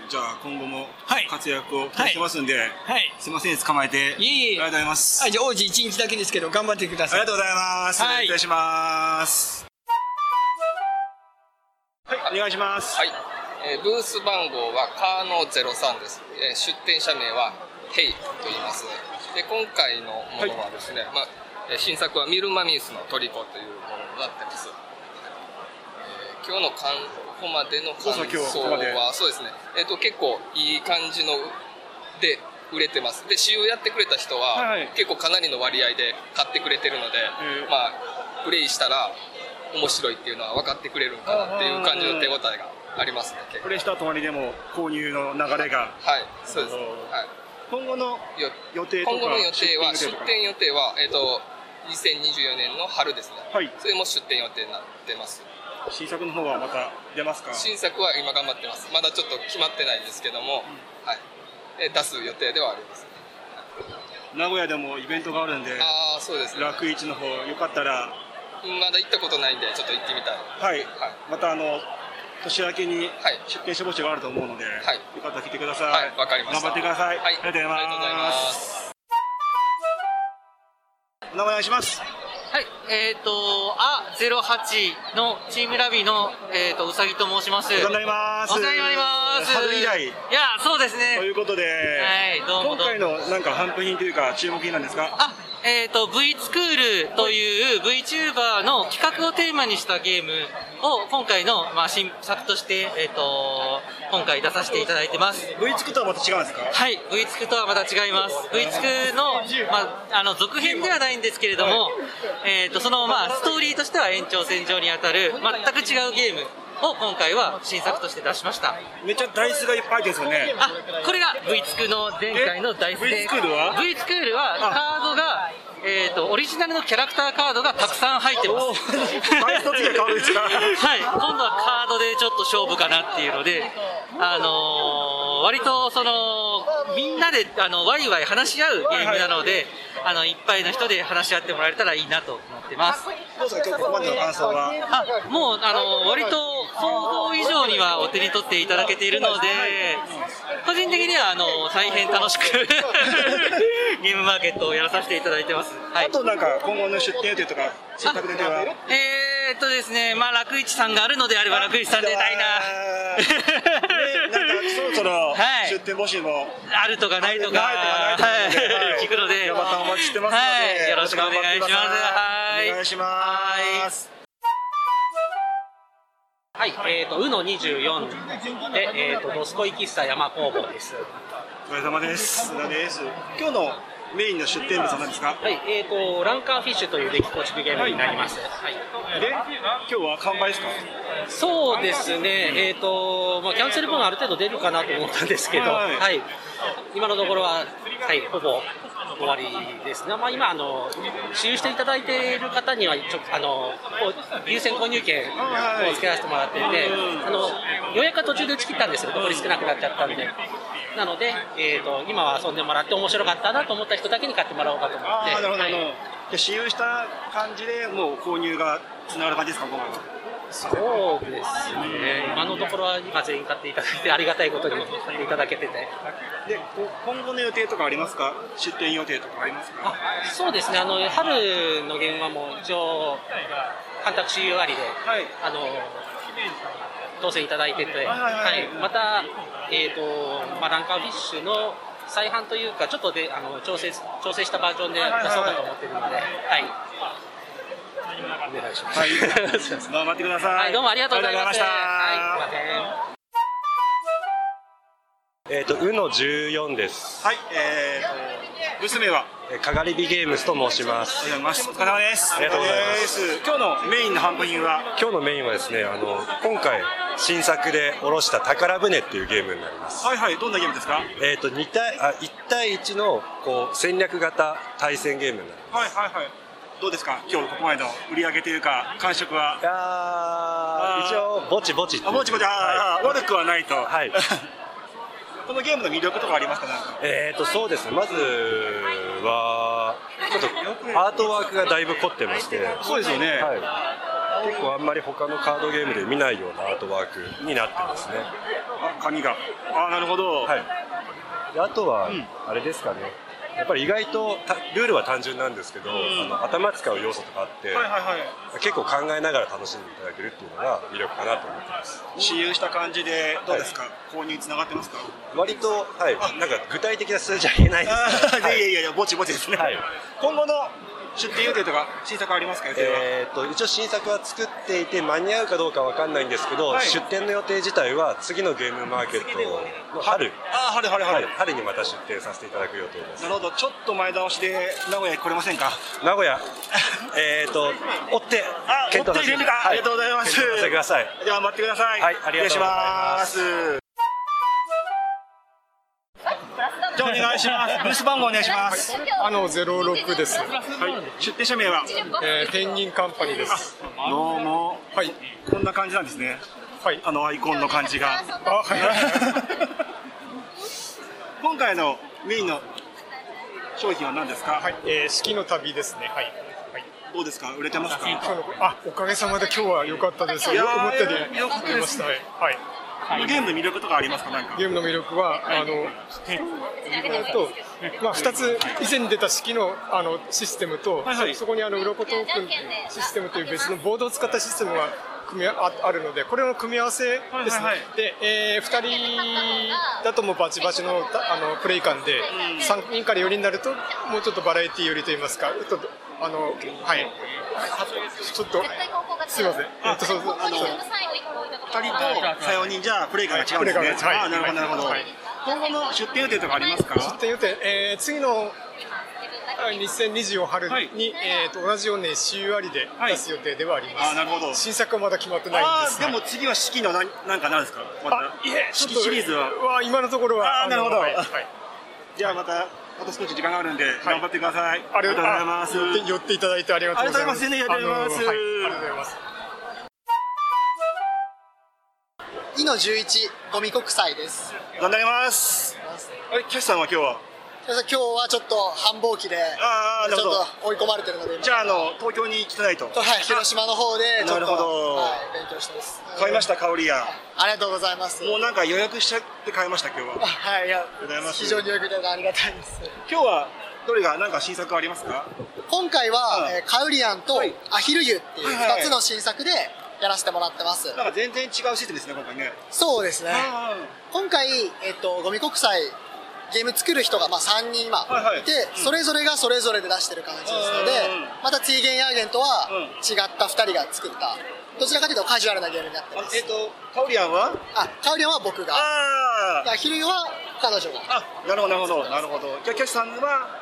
Speaker 1: じゃあ今後も活躍を期待してますんで、
Speaker 11: はい、
Speaker 1: すいません捕まえて
Speaker 11: いえいえ
Speaker 1: ありがとうございます
Speaker 11: はい、じゃあ王子一日だけですけど頑張ってくだ
Speaker 1: あ
Speaker 11: さ
Speaker 1: り
Speaker 11: い。
Speaker 1: がとうございます、
Speaker 11: はい
Speaker 1: 失礼します
Speaker 12: はい、お願いします。はい、えーブース番号はカーノ03です。えー出店者名はヘイと言います。で、今回のものはですね、まあえー新作はミルマミースのトリコというものになってます。えー今日のかんここまでの感
Speaker 1: そうそう今日
Speaker 12: 想
Speaker 1: ここまで
Speaker 12: はそうですね。えっ、と結構いい感じので売れてます。で、使用やってくれた人は、
Speaker 1: はいはい
Speaker 12: 結構かなりの割合で買ってくれてるので、
Speaker 1: えー
Speaker 12: まあプレイしたら面白いっていうのは分かってくれるんかなっていう感じの手応えがありますね。
Speaker 1: プレイした隣でも購入の流れが
Speaker 12: はい、そうです。はい。
Speaker 1: 今後の予定とか
Speaker 12: 今後の予定は出
Speaker 1: とか
Speaker 12: 店予定はえっ、と2024年の春ですね。それも出店予定になってます。
Speaker 1: 新作の方はまた出ますか
Speaker 12: 新作は今頑張ってます。まだちょっと決まってないんですけども、はい。え出す予定ではあります。
Speaker 1: 名古屋でもイベントがあるんで
Speaker 12: ああ、そうですね。
Speaker 1: 楽市の方よかったら
Speaker 12: まだ行ったことないんでちょっと行ってみたい。
Speaker 1: はい、またあの年明けに出店者募集があると思うので、よかったら来てください。
Speaker 12: はいわかりました
Speaker 1: 頑張ってください。
Speaker 12: はい
Speaker 1: ありがとうございます。お名前お願いします。
Speaker 13: はい、えっ、ー、と、あ、ゼロ八のチームラビの、えっ、と、うさぎと申します。
Speaker 1: お世話になります
Speaker 13: お世話になります。
Speaker 1: 春以来
Speaker 13: いや、そうですね。
Speaker 1: ということで、
Speaker 13: はい、どうもどうも。
Speaker 1: 今回のなんか販布品というか注目品なんですか？
Speaker 13: あ、えっ、と、V スクールという VTuber の企画をテーマにしたゲームを今回の、まあ、新作として、えっ、と、今回出させていただいてます。
Speaker 1: V つくとはまた違うんですか？
Speaker 13: はい、V つくとはまた違います。V つくの、まあ、あの、続編ではないんですけれども、えっ、と、その、まあ、ストーリーとしては延長線上にあたる全く違うゲームを今回は新作として出しました。
Speaker 1: めっちゃダイスがいっぱい入ってるんですよね。
Speaker 13: あ、これが V つくの前回のダイスで。
Speaker 1: え V つくールは
Speaker 13: V つくールはカードが、えっとオリジナルのキャラクターカードがたくさん入ってます。
Speaker 1: ダイスの時が変わるんですか
Speaker 13: はい、今度はカードでちょっと勝負かなっていうので、あのー割とそのみんなであのワイワイ話し合うゲームなので、あのいっぱいの人で話し合ってもらえたらいいなと思ってます。
Speaker 1: どうですか今日ここまでの感想は？
Speaker 13: あもうあの割と想像以上にはお手に取っていただけているので、個人的にはあの大変楽しくゲームマーケットをやらさせていただいてます。はい
Speaker 1: あとなんか今後の出店予定とか新作予定は？
Speaker 13: えーっとですね、まあ楽市さんがあるのであれば楽市さん出たいな。
Speaker 1: なんかそろそろ
Speaker 13: はい
Speaker 1: 出店募集も
Speaker 13: あるとかないとか、
Speaker 1: ないとか
Speaker 13: は
Speaker 1: な
Speaker 13: い
Speaker 1: いとかねはい
Speaker 13: 聞くので、
Speaker 1: またお待ちしてますので
Speaker 13: はいよろしくお願いします。はい
Speaker 1: お願いします。
Speaker 14: はい、えっ、ー、と、うの24で、えっ、と、ドスコイ喫茶山工房です。
Speaker 1: お疲れ様です。須田です。今日のメインの出店物は何ですか？
Speaker 14: はい、えっ、と、ランカーフィッシュというデッキ構築ゲームになります。はい。
Speaker 1: で、今日は完売ですか？
Speaker 14: そうですね、えっ、と、まあ、キャンセル分ある程度出るかなと思ったんですけど、
Speaker 1: は
Speaker 14: はいい。今のところは、はい、ほぼ終わりですね。まあ、今、あの、使用していただいている方には、ちょあの、こう優先購入券を付けさせてもらっていて、あの、予約は途中で打ち切ったんですけど、残り少なくなっちゃったんで。なので、えー、と今は遊んでもらって面白かったなと思った人だけに買ってもらおうかと思って
Speaker 1: あーなるほど
Speaker 14: はい
Speaker 1: なるほどじゃあ私有した感じでもう購入がつながる感じですか今後
Speaker 14: そう
Speaker 1: は？
Speaker 14: ですね、今のところは今全員買っていただいて、ありがたいことにも買っていただけてて、
Speaker 1: で、こ今後の予定とかありますか？出店予定とかありますか？
Speaker 14: そうですね、あの春の現場も一応、干拓収容ありで、あの当選いただいてて、
Speaker 1: はいはいはい
Speaker 14: はいまた、えーとまあ、ランカーフィッシュの再販というか、ちょっとであの調整調整したバージョンで出そうかと思ってるので、はいお願いします。
Speaker 1: はい、頑張ってください。
Speaker 14: はいどうもありがとうございます
Speaker 1: ありがとうございました。
Speaker 14: はいすいません
Speaker 15: えっ、と、うの14です。
Speaker 1: はい、えーと、ブース名は
Speaker 15: えーかがりびゲームスと申します。
Speaker 1: おはようございます。お疲れ様です。
Speaker 15: ありがとうございます
Speaker 1: 今日のメインの販売品は、
Speaker 15: 今日のメインはですね、あの、今回、新作でおろした宝船っていうゲームになります。
Speaker 1: はいはい、どんなゲームですか？はい
Speaker 15: えっ、と、2対、あ、1対1の、こう、戦略型対戦ゲームになりま
Speaker 1: はいはい。どうですか？今日ここまでの売り上げというか感触は？
Speaker 15: あ一応ぼちぼちっていう
Speaker 1: あぼちぼちあー
Speaker 15: はい
Speaker 1: 悪くはないと
Speaker 15: はい
Speaker 1: このゲームの魅力とかありますかなんか
Speaker 15: えーとそうですねまずはちょっとアートワークがだいぶ凝ってまして
Speaker 1: そうですよね
Speaker 15: はい、結構あんまり他のカードゲームで見ないようなアートワークになってますね
Speaker 1: あ紙があなるほど、
Speaker 15: はい、であとは、あれですかねやっぱり意外とたルールは単純なんですけど、あの頭使う要素とかあって、
Speaker 1: はいはいはい
Speaker 15: 結構考えながら楽しんでいただけるっていうのが魅力かなと思ってます
Speaker 1: 使用した感じでどうですか、購入につながってますか
Speaker 15: 割と、はい、なんか具体的な数字は言えないですけど
Speaker 1: あーいやいやいやぼちぼちです ね、
Speaker 15: はい
Speaker 1: 今後の出店予定とか新作ありますか予定は、
Speaker 15: えー、と一応新作は作っていて間に合うかどうかわかんないんですけど、
Speaker 1: はい
Speaker 15: 出店の予定自体は次のゲームマーケットの春
Speaker 1: あ春春春
Speaker 15: はい春にまた出店させていただく予定です
Speaker 1: なるほどちょっと前倒しで名古屋に来れませんか
Speaker 15: 名 古屋えっと追って
Speaker 1: あ持
Speaker 15: 検
Speaker 1: っ
Speaker 15: 討
Speaker 1: て
Speaker 15: さ
Speaker 1: い
Speaker 15: せ
Speaker 1: る
Speaker 15: て
Speaker 1: んか、
Speaker 15: はい
Speaker 1: ありがとうございます
Speaker 15: 検討させてください
Speaker 1: では待ってくださいはい
Speaker 15: ありがとうございます
Speaker 1: お願いしますじゃあお願いしますブース番号お願いします
Speaker 8: あの06です。
Speaker 1: 出店者名は
Speaker 8: えー、天人カンパニーです。
Speaker 1: どうもはいこんな感じなんですねはいあのアイコンの感じが今回のメインの商品は何ですかはい、
Speaker 8: えー、四季の旅ですね。はい。
Speaker 1: どうですか売れてますか
Speaker 8: あ、おかげさまで今日は良かったです。
Speaker 1: いや
Speaker 8: よ
Speaker 1: ー
Speaker 8: く思ったより
Speaker 1: よかった
Speaker 8: 売れ
Speaker 1: で
Speaker 8: ますした。はい。はい
Speaker 1: ゲームの魅力とかありますかなんか
Speaker 8: ゲームの魅力は、あの、えっと、まあ、2つ以前に出た式のあのシステムと、
Speaker 1: はいはい
Speaker 8: そこにあの鱗トークンシステムという別のボードを使ったシステムが組み合ああるのでこれの組み合わせですね、
Speaker 1: はいはいはい
Speaker 8: で、え2人だともうバチバチのたあのプレイ感で3人から4人になるともうちょっとバラエティ寄りといいますかちょっとあのはいちょっとすいませんえっとそうそう
Speaker 1: 二人とさようにじゃあプレイ感が違うんですね、
Speaker 8: プレイ感が違う
Speaker 1: あーなるほどなるほど、
Speaker 8: はい
Speaker 1: 今後の出店予定とかありますか
Speaker 8: 出店予定、えー次のあ2024春に、えーと同じように週割りで出す予定ではあります、
Speaker 1: あーなるほど
Speaker 8: 新作はまだ決まってないん
Speaker 1: あ
Speaker 8: で
Speaker 1: ー
Speaker 8: す
Speaker 1: でも次は四季の何なんかなんですかまた
Speaker 8: いえ
Speaker 1: 四季
Speaker 8: ちょっと
Speaker 1: シリーズは
Speaker 8: は今のところは
Speaker 1: あーなるほど、
Speaker 8: あのはいはい
Speaker 1: じゃあまたあと少し時間があるんで、頑張ってください
Speaker 8: ありがとうございます
Speaker 1: ありがとうござい
Speaker 8: 寄っていただいてありがとうございます
Speaker 1: ありがとうございます
Speaker 8: あのはいありがとうございます
Speaker 16: イの十一ゴミ国際です。
Speaker 1: 頑張りますあれキャシさんは今日は
Speaker 16: 皆さん今日はちょっと繁忙期で
Speaker 1: あーな
Speaker 16: ち
Speaker 1: る
Speaker 16: ょ
Speaker 1: ほど
Speaker 16: っと追い込まれてるので今
Speaker 1: じゃああの東京に来てないと
Speaker 16: はい広島の方でちょ
Speaker 1: な
Speaker 16: っ
Speaker 1: る
Speaker 16: と
Speaker 1: ほど
Speaker 16: はい勉強してます。
Speaker 1: 買いました香りや
Speaker 16: ありがとうございます。
Speaker 1: もうなんか予約しちゃって買いました今日は
Speaker 16: はいいや
Speaker 1: りがとうございます
Speaker 16: 非常によくいただいてありがたいです。
Speaker 1: 今日はどれがなんか新作ありますか
Speaker 16: 今回は、えーカウリアンとアヒル湯っていう
Speaker 1: はいはい
Speaker 16: 二つの新作でやらせてもらってます。
Speaker 1: なんか全然違うシステムですね今回ね
Speaker 16: そうですね。今回、えっと、ゴミ国際、ゲーム作る人が、まあ、3人今、
Speaker 1: はいはい
Speaker 16: いて、それぞれがそれぞれで出してる形ですので、また、ツイゲンヤーゲンとは違った2人が作った、どちらかというとカジュアルなゲームになってます。えっ
Speaker 1: と、カウリアンは
Speaker 16: あ、カウリアンは僕が。
Speaker 1: あ
Speaker 16: で、アヒルヨは彼女が。
Speaker 1: なるほどなるほどなるほどじゃあキャシさんは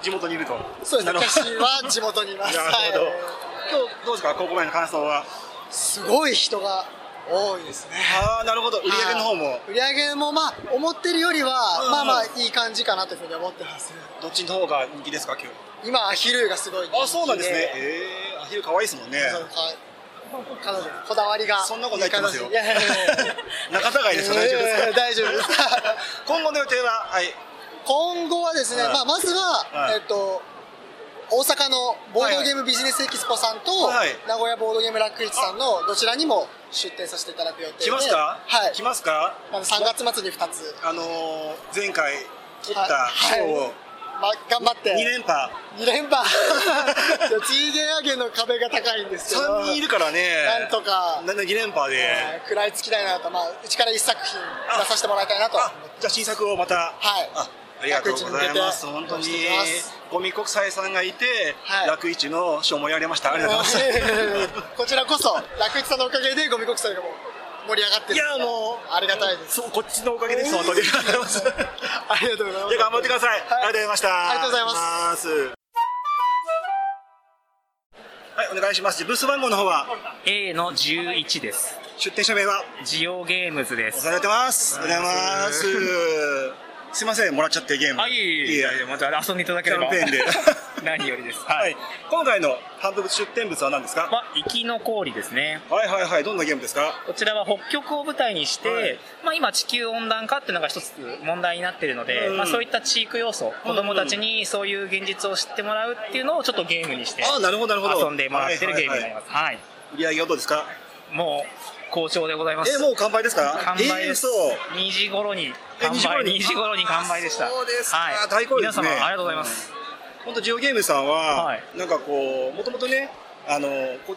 Speaker 1: 地元にいると
Speaker 16: そうですね、
Speaker 1: なるほど
Speaker 16: 私は地元にい ます。
Speaker 1: なる
Speaker 16: はい
Speaker 1: ほど、今日どうですか高校前の感想は
Speaker 16: すごい人が多いですね
Speaker 1: ああなるほど売り上げの方も、
Speaker 16: はい売り上げもまあ思ってるよりは
Speaker 1: うんうん
Speaker 16: まあまあいい感じかなというふうに思ってます
Speaker 1: どっちの方が人気ですか今日
Speaker 16: 今アヒルがすごい人気で
Speaker 1: あそうなんですねええー、アヒル可愛いですもんね
Speaker 16: そうか彼女のこだわりが
Speaker 1: そんなことないってますよ
Speaker 16: いい感じいやいやいや
Speaker 1: 仲違いですか大丈夫ですか、
Speaker 16: えー大丈夫です
Speaker 1: 今後の予定ははい
Speaker 16: 今後はですね、
Speaker 1: はい
Speaker 16: まあ、まずは、
Speaker 1: はい
Speaker 16: えっと大阪のボードゲームビジネスエキスポさんと、
Speaker 1: はい
Speaker 16: 名古屋ボードゲーム楽市さんのどちらにも出展させていただく予定で
Speaker 1: 来ますか
Speaker 16: はい
Speaker 1: 来ますか
Speaker 16: あの3月末に2つ
Speaker 1: あのー、前回取った
Speaker 16: は
Speaker 1: 賞を、
Speaker 16: はいま頑張って
Speaker 1: 2連覇
Speaker 16: 2連覇 いや TJ 上げの壁が高いんですけど
Speaker 1: 3人いるからね
Speaker 16: なんとか
Speaker 1: なん2連覇で、
Speaker 16: 食らいつきたいなとまあうちから1作品出させてもらいたいなと
Speaker 1: じゃあ新作をまた
Speaker 16: はい
Speaker 1: あありがとうございます。
Speaker 16: 楽一
Speaker 1: 本当
Speaker 16: 向けて
Speaker 1: に
Speaker 16: やらせていただきます
Speaker 1: ゴミ国際さんがいて、
Speaker 16: はい
Speaker 1: 楽市の賞もやりました。ありがとうございます。
Speaker 16: こちらこそ楽市さんのおかげでゴミ国際がもう盛り上がってるいやもうありがたいです
Speaker 1: そうこっちのおかげです本当にありがとうございま す
Speaker 16: ありがとうございます
Speaker 1: じゃあ頑張ってください。ありがとうございました。
Speaker 16: ありがとうございます
Speaker 1: す。はいお願いします。ブース番号の方は
Speaker 17: A の11です
Speaker 1: 出店者名は
Speaker 17: ジオゲームズです
Speaker 1: お世話になってます。おはようございます。すいませんもらっちゃってゲーム
Speaker 10: あいえいえ
Speaker 1: いやいやまた遊んでいただ
Speaker 10: ければ
Speaker 1: キャンペーンで
Speaker 10: 何よりです。
Speaker 1: はい、今回の販売出店物は何ですか、
Speaker 10: まあ、生き残りですね
Speaker 1: はいはいはいどんなゲームですか
Speaker 10: こちらは北極を舞台にして、
Speaker 1: はい
Speaker 10: まあ、今地球温暖化っていうのが一つ問題になっているので、
Speaker 1: うん
Speaker 10: まあ、そういった地域要素子供たちにそういう現実を知ってもらうっていうのをちょっとゲームにして
Speaker 1: あなるほどなるほど
Speaker 10: 遊んでもらってるゲームになります、はい
Speaker 1: 売り上げはどうですか
Speaker 10: もう好調でございます
Speaker 1: えもう完売ですか
Speaker 10: 完売です、
Speaker 1: え
Speaker 10: 2時頃に完売
Speaker 1: 2時頃に
Speaker 10: 2時頃に完売でした
Speaker 1: そうですか、
Speaker 10: はい、
Speaker 1: 大好評ですね
Speaker 10: 皆様ありがとうございます、
Speaker 1: 本当ジオゲームさんは、なんかこうもともとねあのこ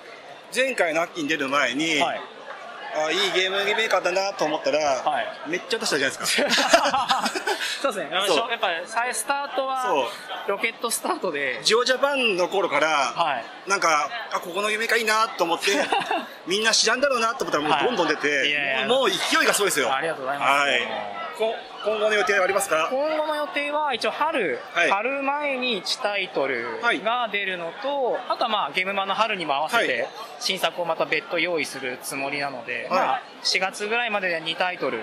Speaker 1: 前回の秋に出る前に、あいいゲームメーカーだなと思ったら、めっちゃ出したじゃないですか
Speaker 10: そうですねあの
Speaker 1: そう
Speaker 10: やっぱ再スタート
Speaker 1: そう
Speaker 10: はロケットスタートで
Speaker 1: ジオジャパンの頃から、なんかあここのゲームメーカーいいなと思 ってみんな知らんだろうなと思ったらもうどんどん出て、もうもう勢いがすごいですよありがとうございます、はい、こ今後の予定はありますか
Speaker 10: 今後の予定は一応春、春前に1タイトルが出るのと、あとはまあゲームマンの春にも合わせ
Speaker 1: は
Speaker 10: て
Speaker 1: い
Speaker 10: 新作をまた別途用意するつもりなので、まあ、4月ぐらいまでで2タイトル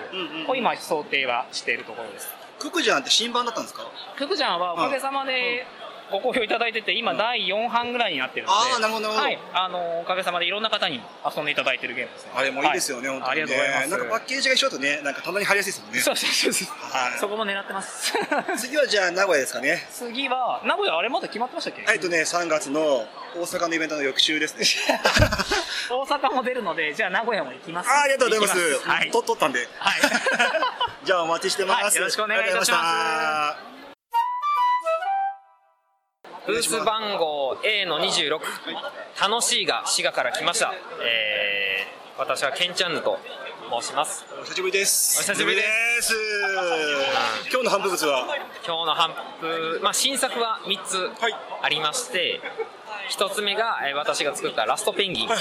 Speaker 10: を今想定はしているところです
Speaker 1: ククジャンって新版だったんですか
Speaker 10: ククジャンはおかげさまでご好評いただいてて今第4版ぐらいになってるので、
Speaker 1: あーなるほどなるほど
Speaker 10: はい、あのおかげさまでいろんな方に遊んでいただいてるゲームですね
Speaker 1: あれもいいですよね、
Speaker 10: は
Speaker 1: 本当に、ね、
Speaker 10: ありがとうございます
Speaker 1: なんかパッケージが一緒だとね、なんかたまに入りやすいですもんね。
Speaker 10: そうそうそうそう
Speaker 1: はい、
Speaker 10: そこも狙ってます。
Speaker 1: 次はじゃあ名古屋ですかね。
Speaker 10: 次は名古屋あれまだ決まってましたっけ
Speaker 1: えっとね、3月の大阪のイベントの翌週ですね。
Speaker 10: 大阪も出るのでじゃあ名古屋も行きます
Speaker 1: あありがとうございます
Speaker 10: 行き。
Speaker 1: と取ったんで。 じゃあお待ちしてます、
Speaker 10: はいよろしくお願いいたします
Speaker 1: あ
Speaker 18: ブース番号 A の26楽しいが滋賀から来ました、えー私はケンチャンヌと申します
Speaker 1: お久しぶりです
Speaker 18: お久しぶりです
Speaker 1: 今日の半分物は
Speaker 18: 今日の半分、まあ、新作は3つありまして、1つ目がえー私が作った「ラストペンギン」が、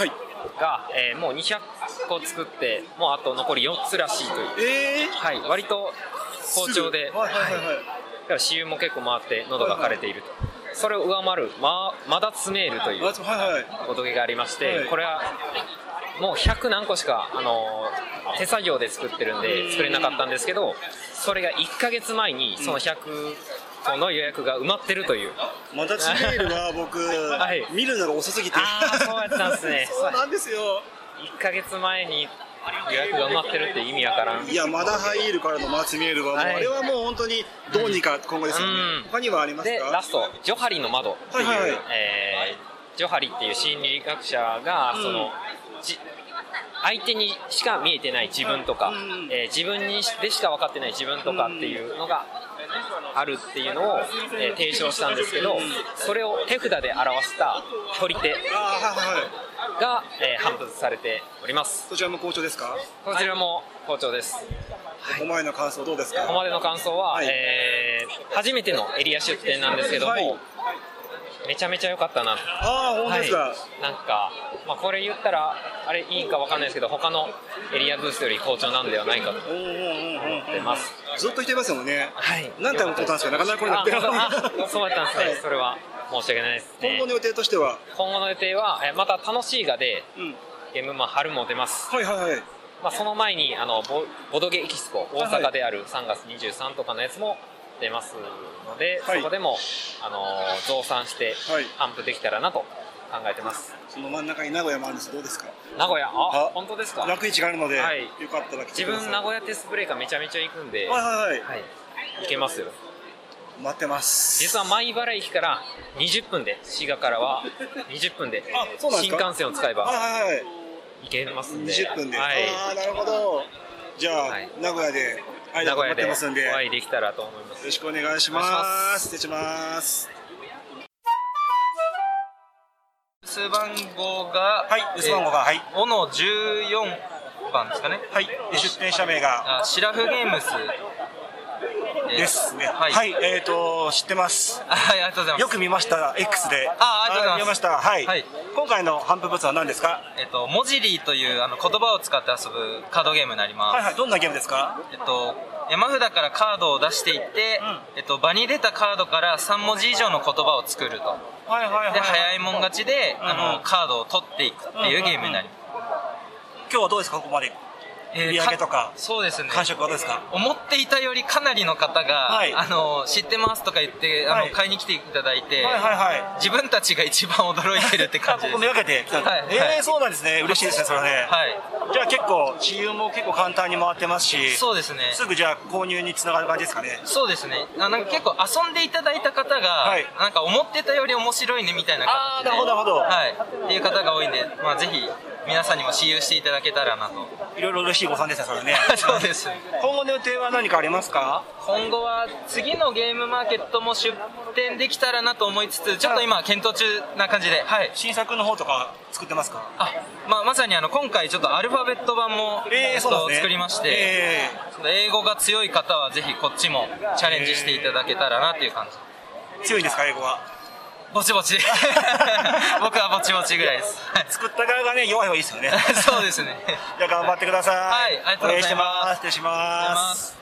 Speaker 18: えーもう200個作ってもうあと残り4つらしいという、はい、割と好調で、だから死因も結構回って喉が枯れていると、それを上回るままだ詰めるというおどげがありまして、
Speaker 1: はい
Speaker 18: これはもう100何個しか、あのー手作業で作ってるん
Speaker 1: うん
Speaker 18: で作れなかったんですけどそれが1ヶ月前にその100個の予約が埋まってるという、
Speaker 1: ーまたチメールは僕、見るのが遅すぎて。
Speaker 18: ああそうやったんですね
Speaker 1: そうなんですよ。
Speaker 18: 1ヶ月前に予約が埋まってるって意味わからん
Speaker 1: いや、マダハイールからのマーチメールはもう、
Speaker 18: はい
Speaker 1: あれはもう本当にどうにか今後ですよね。他にはあります
Speaker 18: で
Speaker 1: か
Speaker 18: ラスト「ジョハリの窓」っていう、
Speaker 1: はいはい
Speaker 18: えージョハリっていう心理学者がその、じ相手にしか見えてない自分とか、えー自分にしでしか分かってない自分とかっていうのがあるっていうのを、えー提唱したんですけどそれを手札で表した取り手が、えー、頒布されております
Speaker 1: そちらも好調ですか
Speaker 18: こちらも好調です、
Speaker 1: お前の感想どうですか
Speaker 18: ここまでの感想は、えー初めてのエリア出店なんですけども、
Speaker 1: はい
Speaker 18: めちゃめちゃ良かったな
Speaker 1: あー本当ですか
Speaker 18: なんか、まあ、これ言ったらあれいいかわかんないですけど他のエリアブースより好調なんではないかと思ってます
Speaker 1: ずっと来てますよね。
Speaker 18: はい
Speaker 1: 何回も撮ったんですけど、なかなかこれなって
Speaker 18: あ
Speaker 1: な
Speaker 18: 本
Speaker 1: い
Speaker 18: 当だあそうやったんですね、それは申し訳ないですね
Speaker 1: 今後の予定としては、
Speaker 18: 今後の予定はえーまた楽しいがで、ゲームマン春も出ます
Speaker 1: はいはいはい
Speaker 18: まあ、その前にあのボボドゲエキスポ大阪である3月23とかのやつも出ますので、そこでもあのー増産して頒布できたらなと考えてます
Speaker 1: その真ん中に名古屋もあるんです。どうですか。
Speaker 18: 名古屋あ
Speaker 1: あ
Speaker 18: 本当ですか
Speaker 1: 楽市があるので、
Speaker 18: はい
Speaker 1: よかったら来て
Speaker 18: 自
Speaker 1: ください。
Speaker 18: 分名古屋テスブレーカーめちゃめちゃ行くんで、
Speaker 1: はいはいはい
Speaker 18: 行けますよ
Speaker 1: 待ってます
Speaker 18: 実は米原駅から20分で滋賀からは20分で
Speaker 1: そうなんで
Speaker 18: 新
Speaker 1: すか
Speaker 18: 幹線を使えば
Speaker 1: はいはいはい。
Speaker 18: 行けますんで
Speaker 1: 20分で。
Speaker 18: はい
Speaker 1: ああなるほど。じゃあ、名古屋で会
Speaker 18: 名
Speaker 1: え
Speaker 18: 古
Speaker 1: たと思
Speaker 18: 屋
Speaker 1: って
Speaker 18: で
Speaker 1: ますんで。
Speaker 18: お会い
Speaker 1: よ
Speaker 18: できたらと思います
Speaker 1: ろしくお願いします。失礼します。
Speaker 19: ス番号が、
Speaker 1: はい留守番号がはい
Speaker 19: おの14番ですかね。はい、
Speaker 1: 出店者名が
Speaker 19: シラフゲームス。
Speaker 1: ですね。は、
Speaker 19: はいい
Speaker 1: えっ、と知ってます。
Speaker 19: はい、ありがとうございます。
Speaker 1: よく見ました。X で。
Speaker 19: あありがとうございます
Speaker 1: あ見ました。はい。今回のハンプ物は何ですか。
Speaker 19: えっと、モジリーというあの言葉を使って遊ぶカードゲームになります。
Speaker 1: はいはい。どんなゲームですか。
Speaker 19: えっと、山札からカードを出していって、えっと、場に出たカードから3文字以上の言葉を作ると。
Speaker 1: はいはいはい。
Speaker 19: で、早いもん勝ちで、
Speaker 1: うんうん
Speaker 19: あの、カードを取っていくっていうゲームになります。
Speaker 1: 今日はどうですかここまで。
Speaker 19: えー
Speaker 1: 売り上げとか
Speaker 19: そうですね
Speaker 1: 感触はどうですか
Speaker 19: 思っていたよりかなりの方が、
Speaker 1: はい
Speaker 19: あの知ってますとか言ってあの、
Speaker 1: はい
Speaker 19: 買いに来ていただいて、
Speaker 1: はいはいは
Speaker 19: 自分たちが一番驚いてるって感じです
Speaker 1: ここめがけて来た
Speaker 19: はい、はい
Speaker 1: えーそうなんですね嬉しいですねそれはねじゃあ結構支流も結構簡単に回ってますし
Speaker 19: そうですね
Speaker 1: すぐじゃあ購入につながる感じですかね
Speaker 19: そうですねあなんか結構遊んでいただいた方が、なんか思ってたより面白いねみたいな形
Speaker 1: あー
Speaker 19: で
Speaker 1: なるほどなるほ
Speaker 19: はい、
Speaker 1: ど
Speaker 19: っていう方が多いんで、まあ、ぜひ皆さんにも私有していただけたらなと
Speaker 1: いろいろ嬉しい誤算でしたそれね
Speaker 19: そうです
Speaker 1: 今後の予定は何かありますか
Speaker 19: 今後は次のゲームマーケットも出展できたらなと思いつつちょっと今検討中な感じで、はい、
Speaker 1: 新作の方とか作ってますか
Speaker 19: あ、まあ、まさにあの今回ちょっとアルファベット版も、え
Speaker 1: えー
Speaker 19: っと
Speaker 1: そうなんですね
Speaker 19: 作りまして、
Speaker 1: え
Speaker 19: 英語が強い方はぜひこっちもチャレンジしていただけたらなっていう感じ、
Speaker 1: 強いんですか英語は
Speaker 19: ぼちぼち 僕はぼちぼちぐらいです
Speaker 1: 作った側がね弱い方がいいですよね
Speaker 19: そうですね
Speaker 1: じゃあ頑張ってください
Speaker 19: はいありがとうございます
Speaker 1: お願いしてます失礼します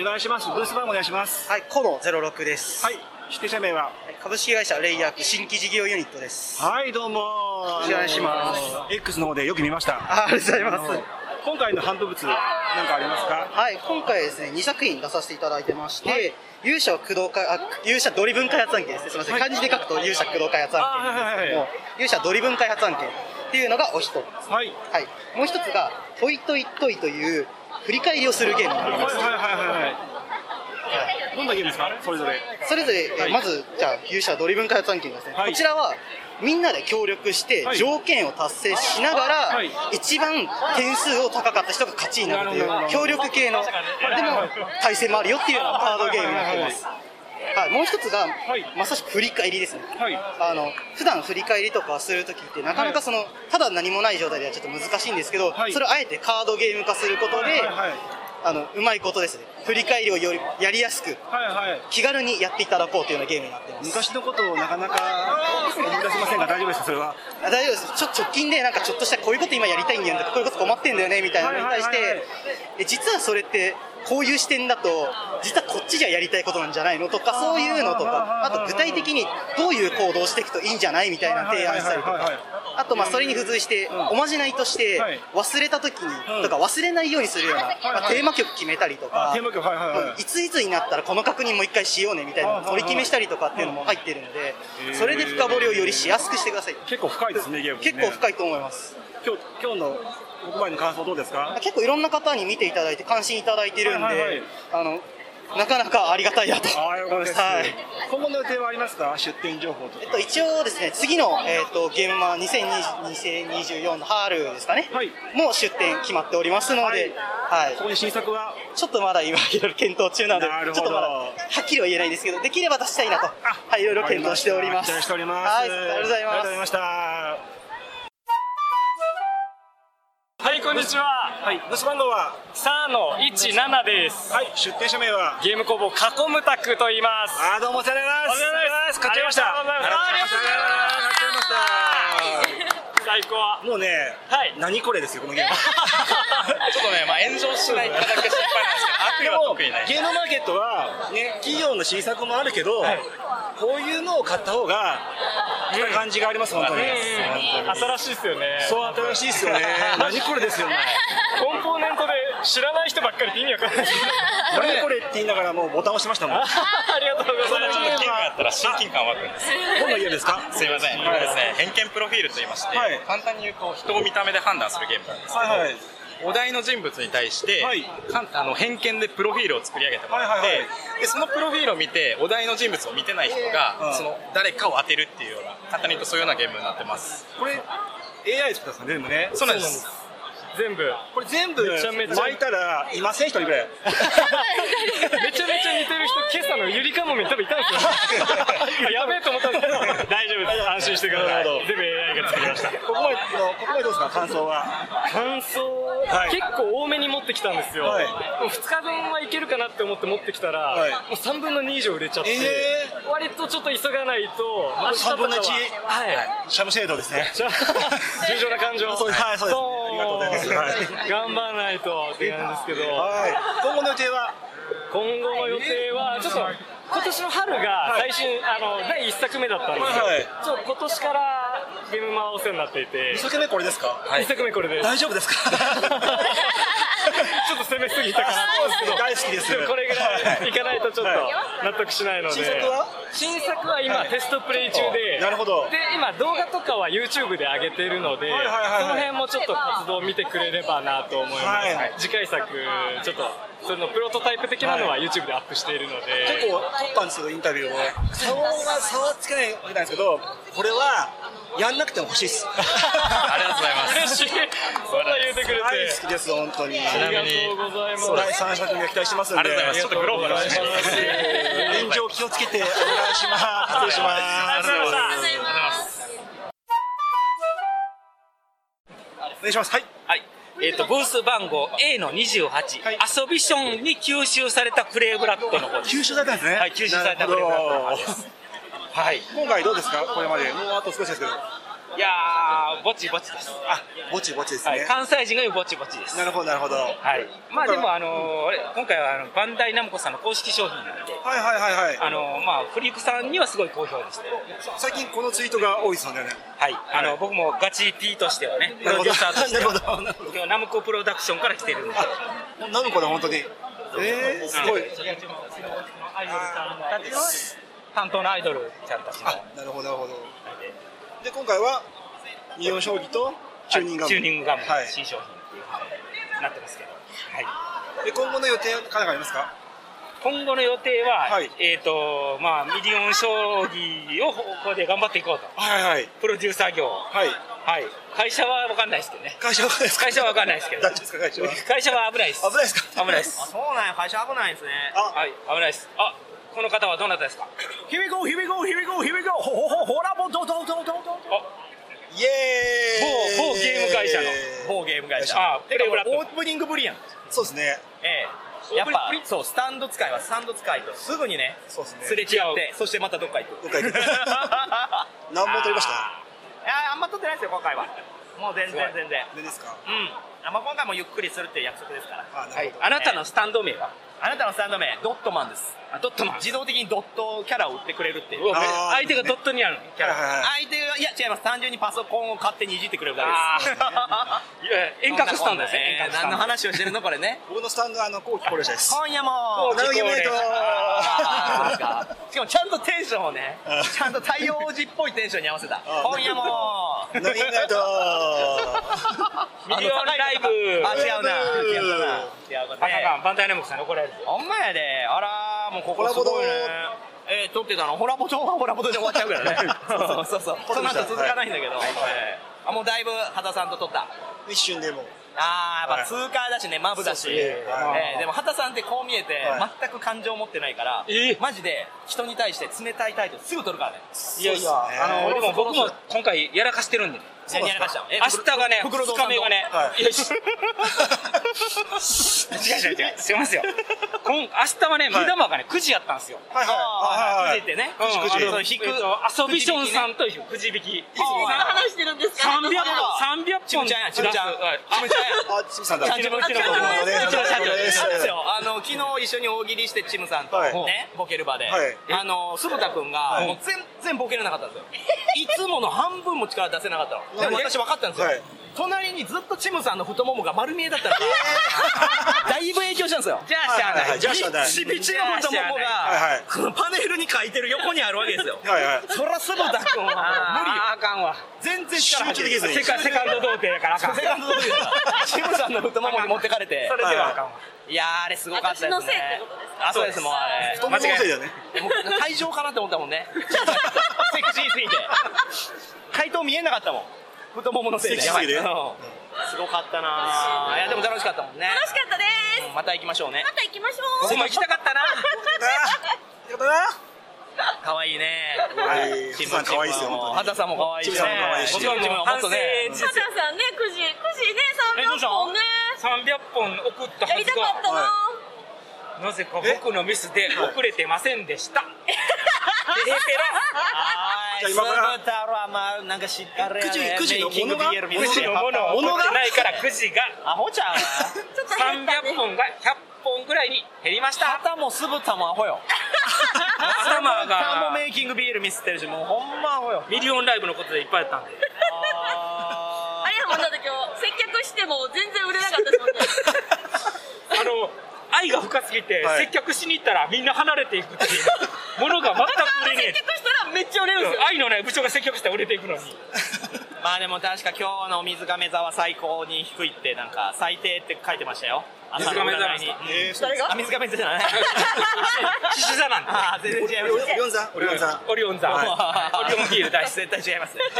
Speaker 1: お願いしますブース番号お願いします
Speaker 20: はいコロ06です
Speaker 1: はい指定者名は
Speaker 20: 株式会社レイヤーク新規事業ユニットです
Speaker 1: はいどうもよ
Speaker 20: ろしくお願いします
Speaker 1: X の方でよく見ました
Speaker 20: あありがとうございます
Speaker 1: あの今回のハンドブツなんかありますか
Speaker 20: はい今回ですね2作品出させていただいてまして、勇者駆動開あ勇者ドリブン開発案件ですねすみません、漢字で書くと勇者駆動開発案件なんですけども、勇者ドリブン開発案件っていうのがお一つ
Speaker 1: はい、
Speaker 20: はい、もう一つがトイトイトイという振り返りをするゲームになります
Speaker 1: はいはいはいはいどんなゲームですかそれぞれ
Speaker 20: それぞれ、えーまずじゃあ勇者ドリブン開発案件ですね、こちらはみんなで協力して
Speaker 1: はい
Speaker 20: 条件を達成しながら、
Speaker 1: はい
Speaker 20: 一番点数を高かった人が勝ちになるとい
Speaker 1: なるほ
Speaker 20: う
Speaker 1: ど
Speaker 20: 協力系のでも対戦もあるよっていうようなカードゲームになってますはい、もう一つが、まさしく振り返りですね、あの普段振り返りとかするときってなかなかその、ただ何もない状態ではちょっと難しいんですけど、それをあえてカードゲーム化することで、あのうまいことですね振り返りをよりやりやすく、気軽にやっていただこうというようなゲームになってます
Speaker 1: 昔のことをなかなか思い出せませんが大丈夫ですかそれは
Speaker 20: あ大丈夫ですちょ直近でなんかちょっとしたこういうこと今やりたいんだよねこういうこと困ってんだよねみたいなのに対して、
Speaker 1: はいはいはい
Speaker 20: え実はそれってこういう視点だと実はこっちじゃやりたいことなんじゃないのとかそういうのとかあと具体的にどういう行動をしていくといいんじゃないみたいな提案したりと
Speaker 1: はいは
Speaker 20: か
Speaker 1: いはいはい
Speaker 20: あとまあそれに付随しておまじないとして
Speaker 1: はい
Speaker 20: 忘れた時にとか忘れないようにするような
Speaker 1: はい
Speaker 20: まあテーマ曲決めたりとか
Speaker 1: あテーマ曲はいはいはい
Speaker 20: うんいついつになったらこの確認もう一回しようねみたいなのを取り決めしたりとかっていうのも入ってるので
Speaker 1: うん
Speaker 20: それで深掘りをよりしやすくしてください
Speaker 1: 結構深いですねゲームね
Speaker 20: 結構深いと思います
Speaker 1: 今日今日の僕前の感想どうですか
Speaker 20: 結構いろんな方に見ていただいて関心いただいてるんで、
Speaker 1: はいはいはい
Speaker 20: あのなかなかありがたいなと
Speaker 1: あーよかったです、
Speaker 20: はい
Speaker 1: 今後の予定はありますか出店情報とか
Speaker 20: えっと、一応ですね次の、えっと、ゲームマ2020 2024の春ですかね、もう出店決まっておりますので、はい
Speaker 1: ここに新作は
Speaker 20: ちょっとまだ今いろいろ検討中なので
Speaker 1: なるほ
Speaker 20: ち
Speaker 1: ど
Speaker 20: ょっとまだはっきりは言えないんですけどできれば出したいなと、はい、いろいろ検討しております
Speaker 1: 期待しております
Speaker 20: はいありがとうござい
Speaker 1: ありが
Speaker 20: ます
Speaker 1: とうございました
Speaker 10: はい、こんにちは。はい、ブス番号は三の一七です。はい、出店者名はゲーム工房カコムタクと言います。あ、どうもお世話になります。お世話になります。買っちゃいました。ありがとうございます。買っちゃいました。最高。
Speaker 1: もうね、何これですよこのゲーム
Speaker 10: ちょっとね、まあ炎上しないかだけ心配なんですけ
Speaker 1: で
Speaker 10: ど、悪意は
Speaker 1: も
Speaker 10: 特にない。
Speaker 1: ゲームマーケットは、ね、企業の新作もあるけど、こういうのを買った方がいい感じがあります本当に
Speaker 10: うん新しいですよね。
Speaker 1: そう新しいですよね 何これですよね
Speaker 10: コンポーネントで知らない人ばっかりって意味わかんないですよね。
Speaker 1: 何これって言いながらもうボタン押しましたもん
Speaker 10: ありがとうございます。
Speaker 16: ゲームがあったら親近感湧くんです
Speaker 1: どんなゲームですか
Speaker 16: すいません、これですね、偏見プロフィールと言いまして、簡単に言うと人を見た目で判断するゲームなんですけど、
Speaker 1: はいはい
Speaker 16: お題の人物に対して、かんあの偏見でプロフィールを作り上げてもらって、
Speaker 1: はいはいは
Speaker 16: でそのプロフィールを見てお題の人物を見てない人が、その誰かを当てるっていうような簡単に言うとそういうようなゲームになってます
Speaker 1: これ AI 作ったんですかねでもね
Speaker 16: そうなんです
Speaker 10: 全部
Speaker 1: これ全部
Speaker 10: めちゃめちゃ
Speaker 1: 巻いたらいません一人ぐらい
Speaker 10: めちゃめちゃ似てる人、今朝のゆりかもめ多分いたん ですよ。やべえと思ったんですけど、大丈夫です。安心してください。全部 AI が作りました。
Speaker 1: ここまでのここまでどうですか感想は
Speaker 10: 感想、
Speaker 1: はい
Speaker 10: 結構多めに持ってきたんですよ、
Speaker 1: はい
Speaker 10: もう2日分はいけるかなって思って持ってきたら、
Speaker 1: はい
Speaker 10: もう3分の2以上売れちゃって、
Speaker 1: え
Speaker 10: 割とちょっと急がないと
Speaker 1: 残り3分の1
Speaker 10: 明日とかははい
Speaker 1: シャムシェードですね
Speaker 10: 重情な感情
Speaker 1: そうですはいそうですありがとうございます
Speaker 10: はい頑張らないとって感じですけど、
Speaker 1: はい今後の予定は
Speaker 10: 今後の予定はちょっと今年の春が最新、あの第1作目だったんですよ、
Speaker 1: はいはい
Speaker 10: ちょっと今年から
Speaker 19: ゲームマお世話になっていて
Speaker 1: 二作目これですか
Speaker 19: はい二作目これです
Speaker 1: 大丈夫ですか
Speaker 19: ちょっと攻めすぎたかな
Speaker 1: そうですね大好きです
Speaker 19: もこれぐらいいかないとちょっと納得しないので
Speaker 1: 新作は
Speaker 19: 新作は今
Speaker 1: はい
Speaker 19: テストプレイ中で
Speaker 1: なるほど
Speaker 19: で今動画とかは YouTube で上げてるので
Speaker 1: はいはいはいはい
Speaker 19: その辺もちょっと活動を見てくれればなと思います
Speaker 1: はい
Speaker 19: 次回作ちょっとそれのプロトタイプ的なのは
Speaker 1: はい
Speaker 19: YouTube でアップしているので
Speaker 1: 結構撮ったんですけどインタビューを顔は差はつけないわけなんですけどこれはやんなくても欲しいっすあ
Speaker 20: りがとうございます
Speaker 19: 嬉しいそんな言うてくれて
Speaker 1: 大好きです本当に
Speaker 19: ちなみにありがとうございます
Speaker 1: そう第三作目は期待してますんで
Speaker 19: ありがとうございますちょっとグローバルですね
Speaker 1: 炎上気をつけてお願いします失礼し
Speaker 19: あ
Speaker 1: ます
Speaker 19: りがとうございます
Speaker 1: お願いしますはい
Speaker 10: はいえー、とブース番号 A の28、遊びションに吸収されたクレーブラックの方です吸収されたんですねはい吸収されたクレーブラックの方ですはい
Speaker 1: 今回どうですかこれまでもうあと少しですけど
Speaker 10: いやーぼちぼちですあ
Speaker 1: ぼちぼちです
Speaker 10: は
Speaker 1: ね、
Speaker 10: い、関西人が言うぼちぼちです
Speaker 1: なるほどなるほど
Speaker 10: はいまあでもあのーあれ今回はあのバンダイナムコさんの公式商品なんではいはいはいはいあのーまあフリークさんにはすごい好評でした
Speaker 1: 最近このツイートが多いですよね
Speaker 10: はい、あの、僕もガチ P としてはね、プ
Speaker 1: なるほ
Speaker 10: ロデ
Speaker 1: ど
Speaker 10: ューサーとしては、今日ナムコプロダクションから来てるんで、
Speaker 1: ナムコだ本当にえー、すごい
Speaker 10: 担当のアイドルちゃんたちの、
Speaker 1: なるほどなるほどで今回は日本将棋とチューニングガム、
Speaker 10: チューニングガム、
Speaker 1: はい
Speaker 10: 新商品っていうことになってますけど、はい。
Speaker 1: で、今後の予定は、かなかありますか
Speaker 10: 今後の予定は、えっ、と、まあ、ミリオン将棋をここで頑張っていこうと。
Speaker 1: はいはい。
Speaker 10: プロデューサー業。はい。はい。会社はわかんないですけどね。
Speaker 1: 会社はわかんないです
Speaker 10: 会社はわかんないですけど。
Speaker 1: 大丈夫ですか会社は
Speaker 10: 会社は危ないです。危ないですか危ないです。
Speaker 2: あそうなんや会社危ないんですね
Speaker 10: はい、危ないです。あ、この方はどなたですか。
Speaker 2: Here we go, here we go, here we go, here we go ほほほほらぼどどどどど
Speaker 1: イエ
Speaker 10: ーイ某某ゲーム会社の
Speaker 2: 某ゲーム会社
Speaker 10: あ
Speaker 2: て
Speaker 10: プレイブラッ
Speaker 2: か
Speaker 10: ク
Speaker 2: オープニングぶりやん
Speaker 1: そうですね
Speaker 2: ええやっぱそうスタンド使いはスタンド使いとすぐにね
Speaker 1: そうですね
Speaker 2: すれ違ってそしてまたどっか行く
Speaker 1: どっか 行く
Speaker 2: 何
Speaker 1: 本取りました
Speaker 2: いやあんま撮ってないですよ今回はもう全然全然
Speaker 1: 全ですか
Speaker 2: うんあまあ今回もゆっくりするっていう約束ですから
Speaker 10: はい、あなたのスタンド名は。
Speaker 2: あなたのスタンド名ドットマンです
Speaker 10: あ、ドットマン。
Speaker 2: 自動的にドットキャラを売ってくれるっていう
Speaker 10: うわ相手がドットにあるの。
Speaker 2: キャラ
Speaker 10: はいはいはい
Speaker 2: 相手がいや違います単純にパソコンを勝手にいじってくれるだけです
Speaker 10: いや 遠隔スタンドですね
Speaker 2: そんなこんなね
Speaker 10: 遠隔スタンド
Speaker 2: 何の話をしてるのこれね
Speaker 1: 僕のスタンドはあの後期高齢者です
Speaker 2: 今夜も
Speaker 1: 高知高齢者
Speaker 2: あーしかもちゃんとテンションをねちゃんと太陽王子っぽいテンションに合わせた今夜 も
Speaker 1: ナビナイト
Speaker 2: ミリオンライブあ違うな違うな違うな
Speaker 10: あかんあかんバンダイナムコさんに怒られるぞ。
Speaker 2: ほんまやであらーもうここすごいねえー、撮ってたのホラボトはホラボトで終わっちゃうからねそうそう そうその後続かないんだけど、
Speaker 1: はい
Speaker 2: えーあもうだいぶ畑さんと撮った
Speaker 1: 一瞬でも
Speaker 2: あーやっぱ通
Speaker 1: はい
Speaker 2: 過だしねマブだし、
Speaker 1: そうっすねはい
Speaker 2: えーでも畑さんってこう見えて
Speaker 1: は
Speaker 2: 全く感情を持ってないから、マジで人に対して冷たい態度すぐ撮るからね
Speaker 10: いやいや、あの、でも、僕も今回やらかしてるんでね。
Speaker 2: そうなんですか
Speaker 10: 明日がね、
Speaker 2: ふくろ
Speaker 10: 二
Speaker 2: 堂さん
Speaker 10: 日
Speaker 2: と
Speaker 10: 目がね、
Speaker 2: はい
Speaker 10: よし。違う違う違う、すいま せんよ。今、明日はね、目玉がね、9時やったんですよ。
Speaker 2: はいはいあーはいはいくじってね
Speaker 10: うん
Speaker 2: くじくじ
Speaker 10: あの
Speaker 2: 引く
Speaker 10: えっと遊びションさんとくじ引き。い
Speaker 2: つも何話してるんですか
Speaker 10: 300本、300本。
Speaker 2: ちむちゃんやちむちゃん
Speaker 10: はい
Speaker 2: ちむちゃん
Speaker 1: あちむさんだ
Speaker 2: ちむちゃん
Speaker 1: ちむち
Speaker 2: ちむ
Speaker 1: ゃん
Speaker 2: ちゃんちむちゃん
Speaker 1: です
Speaker 2: そうですよあの昨日一緒に大喜利してちむさんと
Speaker 1: はい
Speaker 2: ねボケる場で
Speaker 1: はい
Speaker 2: あの久保田君が
Speaker 1: はい
Speaker 2: もう全然ボケれなかったんですよいつもの半分も力出せなかったのでも
Speaker 1: なんで
Speaker 2: 私分かったんですよ
Speaker 1: はい
Speaker 2: 隣にずっとちむさんの太ももが丸見えだ ったのだいぶ影響したんですよ
Speaker 10: じゃあしゃあない
Speaker 1: じゃあしゃあない
Speaker 2: ビッチビチの太もも
Speaker 1: はいは
Speaker 2: が
Speaker 1: い
Speaker 2: このパネルに書いてる横にあるわけですよ
Speaker 1: はいはい
Speaker 2: そら久保田君はもう無理よ
Speaker 10: あーあかんわ。
Speaker 2: 全然力入って
Speaker 10: 集中できずにセカセカンド童貞だからあかん
Speaker 2: セカンド童貞だからシムさんの太ももに持ってかれて
Speaker 10: それではあかんわ
Speaker 2: いやーあれすごかったですね
Speaker 10: 私のせいってことですか
Speaker 2: あそうですもうあれ
Speaker 1: 太もものせいだね
Speaker 2: もう退場かなって思ったもん ねセクシーすぎて回答見えなかったもん太もものせいで
Speaker 1: セクシーすぎて
Speaker 2: やばいうんすごかったなーいやでも楽しかったもんね
Speaker 13: 楽しかったです
Speaker 2: また行きましょうね
Speaker 13: また行きましょう
Speaker 2: 僕も行きたか ったな
Speaker 1: やだな
Speaker 2: 可愛いね
Speaker 1: はい
Speaker 2: チーム
Speaker 1: ハタさん可愛いですよ本当に
Speaker 2: 畑さんも可愛いしね
Speaker 1: チームさんも可愛いし
Speaker 2: もちろんチームももっとね
Speaker 13: まださんね9時9時ね300本ね
Speaker 10: 300本送った
Speaker 13: や
Speaker 10: は
Speaker 13: り
Speaker 10: ず
Speaker 13: たかったな
Speaker 10: が、なぜか僕のミスで遅れてませんでした。ペラペ
Speaker 2: じゃあ今から太郎はまあなんか知ったれやね
Speaker 10: 9時
Speaker 2: メイキング
Speaker 10: のものが
Speaker 2: BL
Speaker 10: 9時のものを持ってないから9時が
Speaker 2: アホちゃう
Speaker 10: 300本が100本ぐらいに減りました
Speaker 2: 肩も酢豚もアホよ
Speaker 10: 頭
Speaker 2: 頭も
Speaker 10: が
Speaker 2: メイキング BL ミスってるしもうほんまアホよ
Speaker 10: ミリオンライブのことでいっぱいやったんで
Speaker 4: しても全然売れなかったですもんね。
Speaker 10: あの愛が深すぎて、接客しに行ったらみんな離れていくっていうものが全く売れねえ
Speaker 4: 接客したらめっちゃ売れるんですよ。
Speaker 10: 愛のない部長が接客したら売れていくのに
Speaker 2: まあでも確か今日の水亀座は最高に低いってなんか最低って書いてましたよ朝の占いに
Speaker 4: 誰が
Speaker 2: あ水亀座じゃない
Speaker 10: 獅子座なんで
Speaker 2: あー全然違います
Speaker 1: オリオン座オリオン座
Speaker 10: オリオン座
Speaker 2: はい
Speaker 10: オリオンビール大好き
Speaker 2: 絶対違いますね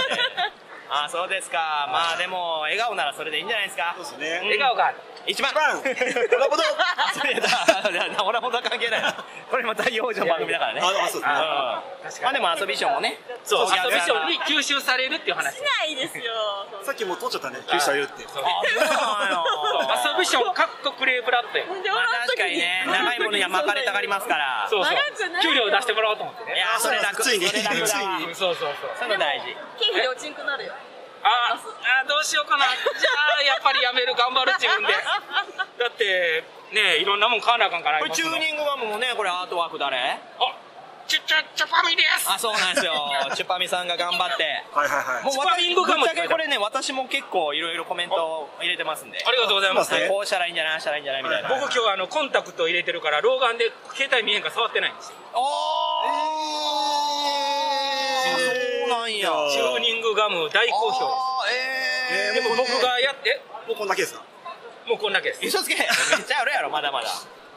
Speaker 2: あーそうですかまあでも笑顔ならそれでいいんじゃないですかそうです
Speaker 1: ね
Speaker 2: 笑顔が一番
Speaker 1: オ ラボド
Speaker 2: あそれだオラボドは関係ないなこれまた養生番組だからね
Speaker 1: ああそうですね
Speaker 2: すねまあでも遊びションもね
Speaker 1: そう
Speaker 2: お客さんが
Speaker 1: 遊びションに
Speaker 2: 吸収されるっていう話
Speaker 4: しないですよ。
Speaker 1: さっきもう通っちゃったね九州あるって
Speaker 10: 遊びションかっこクレープラットよ
Speaker 2: まあ確かにね 長いものには巻かれたがりますから
Speaker 10: そうそう給料出してもらおうと思ってね
Speaker 2: いやーそれ楽
Speaker 10: ついに
Speaker 2: それ楽だわ
Speaker 10: ついにそうそうそう
Speaker 2: そういうの大事
Speaker 4: 経費で落ちんくなるよ。
Speaker 10: ああどうしようかなじゃあやっぱりやめる頑張る 自分でだってねいろんなもん買わなあかんから
Speaker 2: これチューニングガムもねこれアートワーク誰あ
Speaker 10: チュチュチュパミです
Speaker 2: あそうなんですよ チュパミさんが頑張って
Speaker 1: はいはいはい
Speaker 2: もう
Speaker 10: チュパミングガム
Speaker 2: ぶっちゃけこれね私も結構いろいろコメント入れてますんで
Speaker 10: あありがとうございます
Speaker 2: はこうしたらいいんじゃないああしたらいいんじゃないみたいな
Speaker 10: 僕今日あのコンタクト入れてるから老眼で携帯見えんから触ってないんですよ
Speaker 2: そうなんや
Speaker 10: チューニングガム大好評ですでも僕がやって
Speaker 1: もうこんだけですか
Speaker 10: もうこんだけです
Speaker 2: 嘘つけめっちゃあるやろまだまだ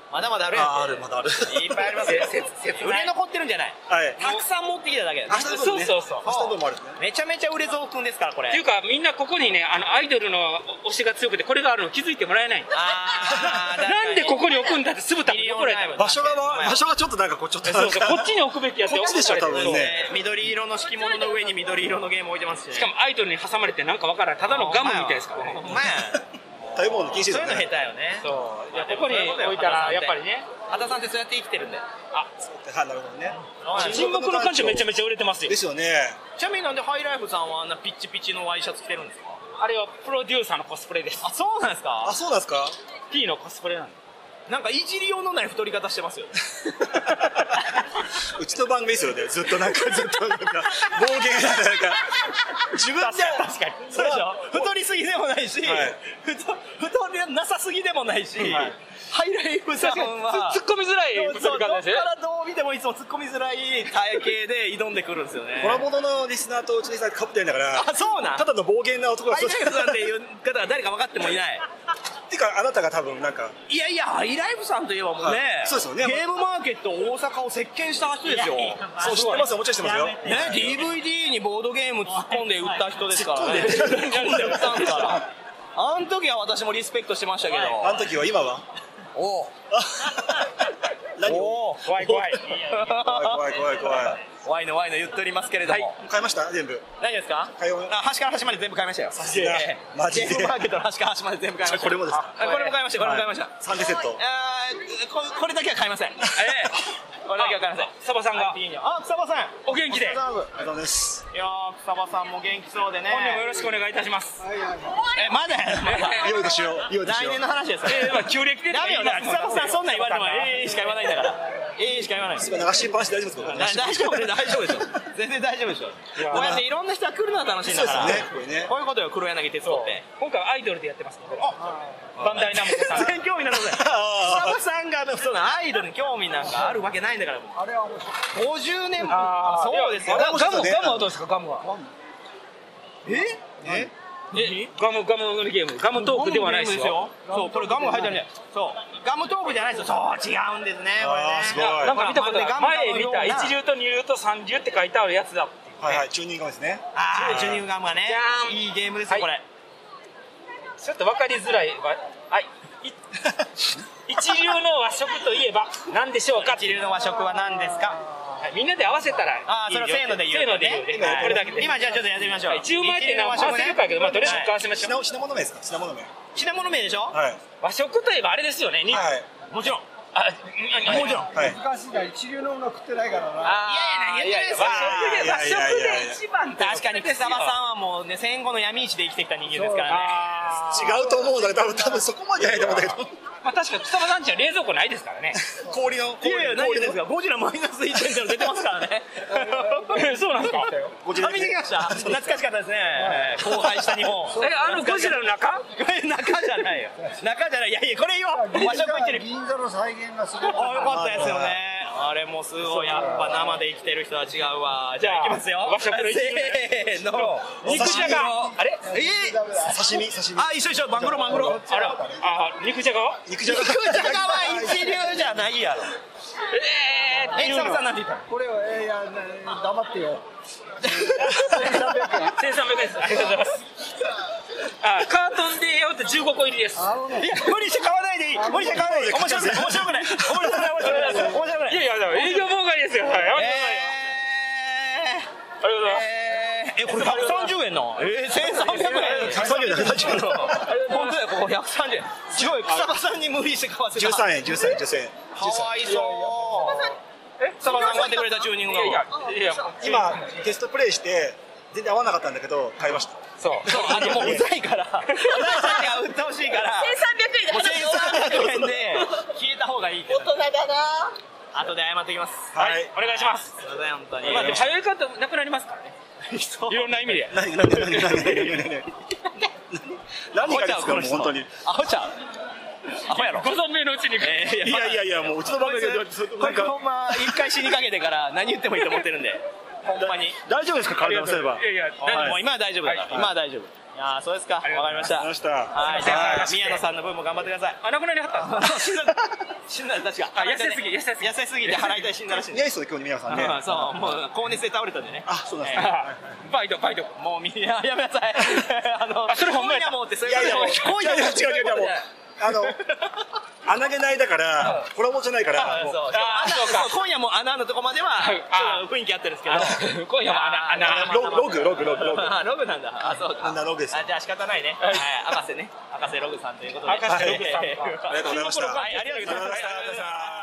Speaker 2: まだまだあるやろ
Speaker 1: ああるまだある
Speaker 2: いっぱいありますよ
Speaker 1: せせ切
Speaker 2: 売
Speaker 1: ない
Speaker 2: れ残ってるんじゃない
Speaker 1: はい
Speaker 2: たくさん持ってきただけ
Speaker 1: 明日の分ね
Speaker 10: そうそうそう
Speaker 1: 明日の分もある
Speaker 2: めちゃめちゃ売れ増くんですからこれ
Speaker 10: っていうかみんなここにねあのアイドルの推しが強くてこれがあるの気づいてもらえないなんでここに置くんだってすぐ多分怒られた
Speaker 1: 場所が場所がちょっとなんかこうちょっとなんか
Speaker 10: そうそうこっちに置くべきやって
Speaker 1: こっちでしょ多分ね
Speaker 2: 緑色の敷物の上に緑色のゲーム置いてますしね
Speaker 10: しかもアイドルに挟まれてなんかわからんただのガムみたいですからね
Speaker 2: お前
Speaker 1: 食べ物禁止です
Speaker 2: そういうの下手よね
Speaker 10: そう
Speaker 2: いや
Speaker 10: ここに置いたらやっぱりね
Speaker 2: 羽田さんってそうやって生きてるんだよ
Speaker 10: あ
Speaker 1: あなるほどね
Speaker 2: 沈黙の感じめちゃめ
Speaker 10: ちゃ売れてますよ
Speaker 1: ですよね
Speaker 2: ちなみになんでハイライフさんはあんなピッチピチのワイシャツ着てるんですか
Speaker 10: あれはプロデューサーのコスプレです
Speaker 2: あそうなんですか
Speaker 1: あそうなんですか
Speaker 10: P のコスプレなんで
Speaker 2: なんかいじり用のない太り方してますよ
Speaker 1: うちの番組ですよねずっとなんかずっとなんか暴言がなんか自分で
Speaker 2: 確かにそうでしょ太りすぎでもないし、
Speaker 1: はい
Speaker 2: 太太りなさすぎでもないし、ハイライフさんは
Speaker 10: 突っ込みづらい
Speaker 2: そ
Speaker 10: 太
Speaker 2: う
Speaker 10: り
Speaker 2: どっ
Speaker 10: 方
Speaker 2: か
Speaker 10: ですね
Speaker 2: らどう見てもいつも突っ込みづらい体型で挑んでくるんですよね
Speaker 1: コラボのリスナーとうちのリスナーかぶってるんだから
Speaker 2: あそうなん
Speaker 1: ただの暴言な男が
Speaker 2: ハイライフさんっていう方は誰か分かってもいない
Speaker 1: ていうかあなたが多分なんか
Speaker 2: いやいや、ハイライフさんといえばもうね、
Speaker 1: はいそうですよね
Speaker 2: ゲームマーケット大阪を席巻した人ですよ
Speaker 1: いやいや。そう知ってますよもちろん知ってますよ
Speaker 2: ね、DVD にボードゲーム突っ込んで売った人ですからね。
Speaker 1: 突 っ込んで
Speaker 2: 突っ込んで売ったんですから。あの時は私もリスペクトしてましたけど。
Speaker 1: あの時は今は
Speaker 2: おう
Speaker 1: 何
Speaker 2: おう怖い怖い。
Speaker 1: 怖い怖い怖い怖い
Speaker 2: 怖いの怖いの言っておりますけれども。
Speaker 1: 買いました全部
Speaker 2: 大丈夫ですか
Speaker 1: 買い終わ
Speaker 2: あ
Speaker 1: り
Speaker 2: 端から端まで全部買いましたよ
Speaker 1: さすがマジで
Speaker 2: ゲームマーケットの端から端まで全部買いました
Speaker 1: これもですか
Speaker 2: あこれも買いましたこれも買いました、
Speaker 1: サンデセット
Speaker 2: あーここれだけは買いません。え え、これだけは買いません。
Speaker 10: 草場さんが
Speaker 2: あ、草場さん、
Speaker 10: お元気で
Speaker 2: お疲れ様
Speaker 1: ありがとうございます
Speaker 2: いやー、草場さんも元気そうでね。
Speaker 10: 本年もよろしくお願いいたします
Speaker 2: え、まだや、まだ。
Speaker 1: 用意しよう用意し
Speaker 2: 来
Speaker 1: よう
Speaker 2: 年の話ですよ。
Speaker 10: えーまあ旧暦でと
Speaker 2: ダ
Speaker 10: か
Speaker 2: メ
Speaker 10: 言
Speaker 2: よ、
Speaker 10: うなら
Speaker 2: 草場さん、そんなん言われても、ええしか言わないんだから。ええしか言わない。
Speaker 1: すごい流しっぱなしで大丈夫ですかこれ
Speaker 2: 大丈夫、大丈夫でしょ。全然大丈夫でしょ。こうやっていろんな人が来るのは楽しいんだから。
Speaker 1: そうですねこれね
Speaker 2: こういうことよ、黒柳徹子って。
Speaker 10: 今回はアイドルでやってますバンダイナムコさん
Speaker 2: 全然興味なさい。草場さんが、そのアイドルに興味なんかあるわけないんだから。あれは面白い。50年も。あそうですよ。
Speaker 10: ガムガムガムはどうですかガムは
Speaker 2: え
Speaker 1: え
Speaker 10: えガムガムのゲームガムトークではないですよ
Speaker 2: そう、これガム入ってるね。そう、ガムトークじゃないですよ。そう、違うんですね。これね。
Speaker 1: すごい
Speaker 10: なんか見たことある
Speaker 2: ガムガム
Speaker 10: 前見た一流と二流と三流って書いてあるやつだっていう
Speaker 1: はいはいチューニングですね
Speaker 2: あージュニューガムがね。いいゲームですよ、これ。
Speaker 10: ちょっと分かりづらいわはい い一流の和食といえば何でしょうか
Speaker 2: 一流の和食は何ですか。
Speaker 10: はいみんなで合わせたら
Speaker 2: あー、それをせーので言う
Speaker 10: せーの
Speaker 2: と
Speaker 10: で
Speaker 2: ね。
Speaker 10: 言うねはいこれだけで
Speaker 2: 今じゃあちょっとやってみましょう。
Speaker 10: はい10枚っていうのは合わせるかやけどまあとりあえず合わせましょう
Speaker 1: 品品物名ですか品物名
Speaker 2: 品物名でしょ。
Speaker 1: はい
Speaker 10: 和食といえばあれですよねに
Speaker 1: はい
Speaker 2: もちろん。
Speaker 10: あ
Speaker 1: はい
Speaker 10: もちろん
Speaker 1: はい
Speaker 11: 難しいな一流のもの食ってないからな
Speaker 2: あーいやいや
Speaker 1: いやいやいやいや
Speaker 2: 和食で一番確かに草場さんはもうね戦後の闇市で生きてきた人間ですからね
Speaker 1: 違うと思うんだけど多分多分そこまでじゃないと思うんだけど
Speaker 2: まあ確か貴様さんちは冷蔵庫ないです からね
Speaker 1: 氷の
Speaker 2: いやいやないですがゴジラマイナス1.0出てますからね そうなんですか
Speaker 1: ゴジラ
Speaker 2: 紙できました懐かしかったですね荒廃した日本
Speaker 1: えあのゴジラの中
Speaker 2: 中じゃないよ中じゃないいやいやこれよ和食行ってる
Speaker 16: 銀座の再現がすごい
Speaker 2: あよかったですよねあれもすごいやっぱ生で生きてる人は違うわじゃあいきますよ
Speaker 1: 和食の一部
Speaker 2: せーの肉じゃがあれえー
Speaker 1: 刺身刺身
Speaker 2: あ一緒一緒マグロマグロあらあ肉じゃが
Speaker 1: 肉じゃが
Speaker 2: 肉じゃがは一流じゃないやろえー、え草野さんなんて言ったの
Speaker 16: これは、えー、いや、な黙ってよ。
Speaker 2: 1300円です。ありがとうございます。あ、カートンでやって15個入りです。いや、無理して買わないでいい。無理して買わないでいい。面白くない。面白くない。面白くない。面白くない。面白くない。いやいや、営業妨害ですよ。はい、やめてくださいよ。ありがとうございます。え、これ130円のえー、1300
Speaker 1: 130円だ130円
Speaker 2: 本当だよ、ここ130円。すごい、草場さんに無理して買わせた。
Speaker 1: 13円13円13円
Speaker 2: かわいそう。え、草場さんがやってくれたチューニングが。いや、
Speaker 1: 今テストプレイして全然合わなかったんだけど買いました
Speaker 2: そう。あのもううざいから。うざいさんには売ってほしいから。もう1300円で消えた方がいい。
Speaker 16: 大人だな。
Speaker 2: 後で謝ってきます。はい、お願いします。
Speaker 10: すいません、本当に。
Speaker 2: まあ、でも早いかとなくなりますからね。いろんな意味で。
Speaker 1: 何何何何何何何がですかもう本当に。
Speaker 2: アホちゃん。アホやろ。
Speaker 10: ご存命のうちに。い
Speaker 1: やいやいやもううちの番組で
Speaker 2: これほんま一回死にかけてから何言ってもいいと思って るんで。ほんまに。
Speaker 1: 大丈夫ですか体をすれば。
Speaker 2: いやいやもう今は大丈夫だから。今は大丈夫。いやそうですか。わかりました。はい。じゃあ宮野さんの分も頑張ってください。
Speaker 10: あなくなりはった。
Speaker 2: 死んだ死んだ確か。
Speaker 10: あ痩せすぎ痩せすぎ
Speaker 2: 痩せすぎて払いたい死んだらしい。
Speaker 1: ニャイス今日宮野さんね。
Speaker 2: そうもう高熱で倒れたんでね。
Speaker 1: あそうなんです
Speaker 10: バイトバイト。
Speaker 2: もうみんなやめなさい。 あの
Speaker 10: それほんまや。
Speaker 2: もうってそう
Speaker 1: いういやいやもう
Speaker 2: 恋
Speaker 1: だもう違う違う違うもう。あの穴毛ないだからコラボじゃないから
Speaker 2: 今夜も穴のとこまでは雰囲気あってるんですけど
Speaker 10: 今夜も穴穴
Speaker 1: ログログログログ
Speaker 2: ログなんだあそうか
Speaker 1: ログです
Speaker 2: じゃあ仕方ないね博士ね博士ログさんということで
Speaker 1: ありがとうございました
Speaker 2: ありがとうございました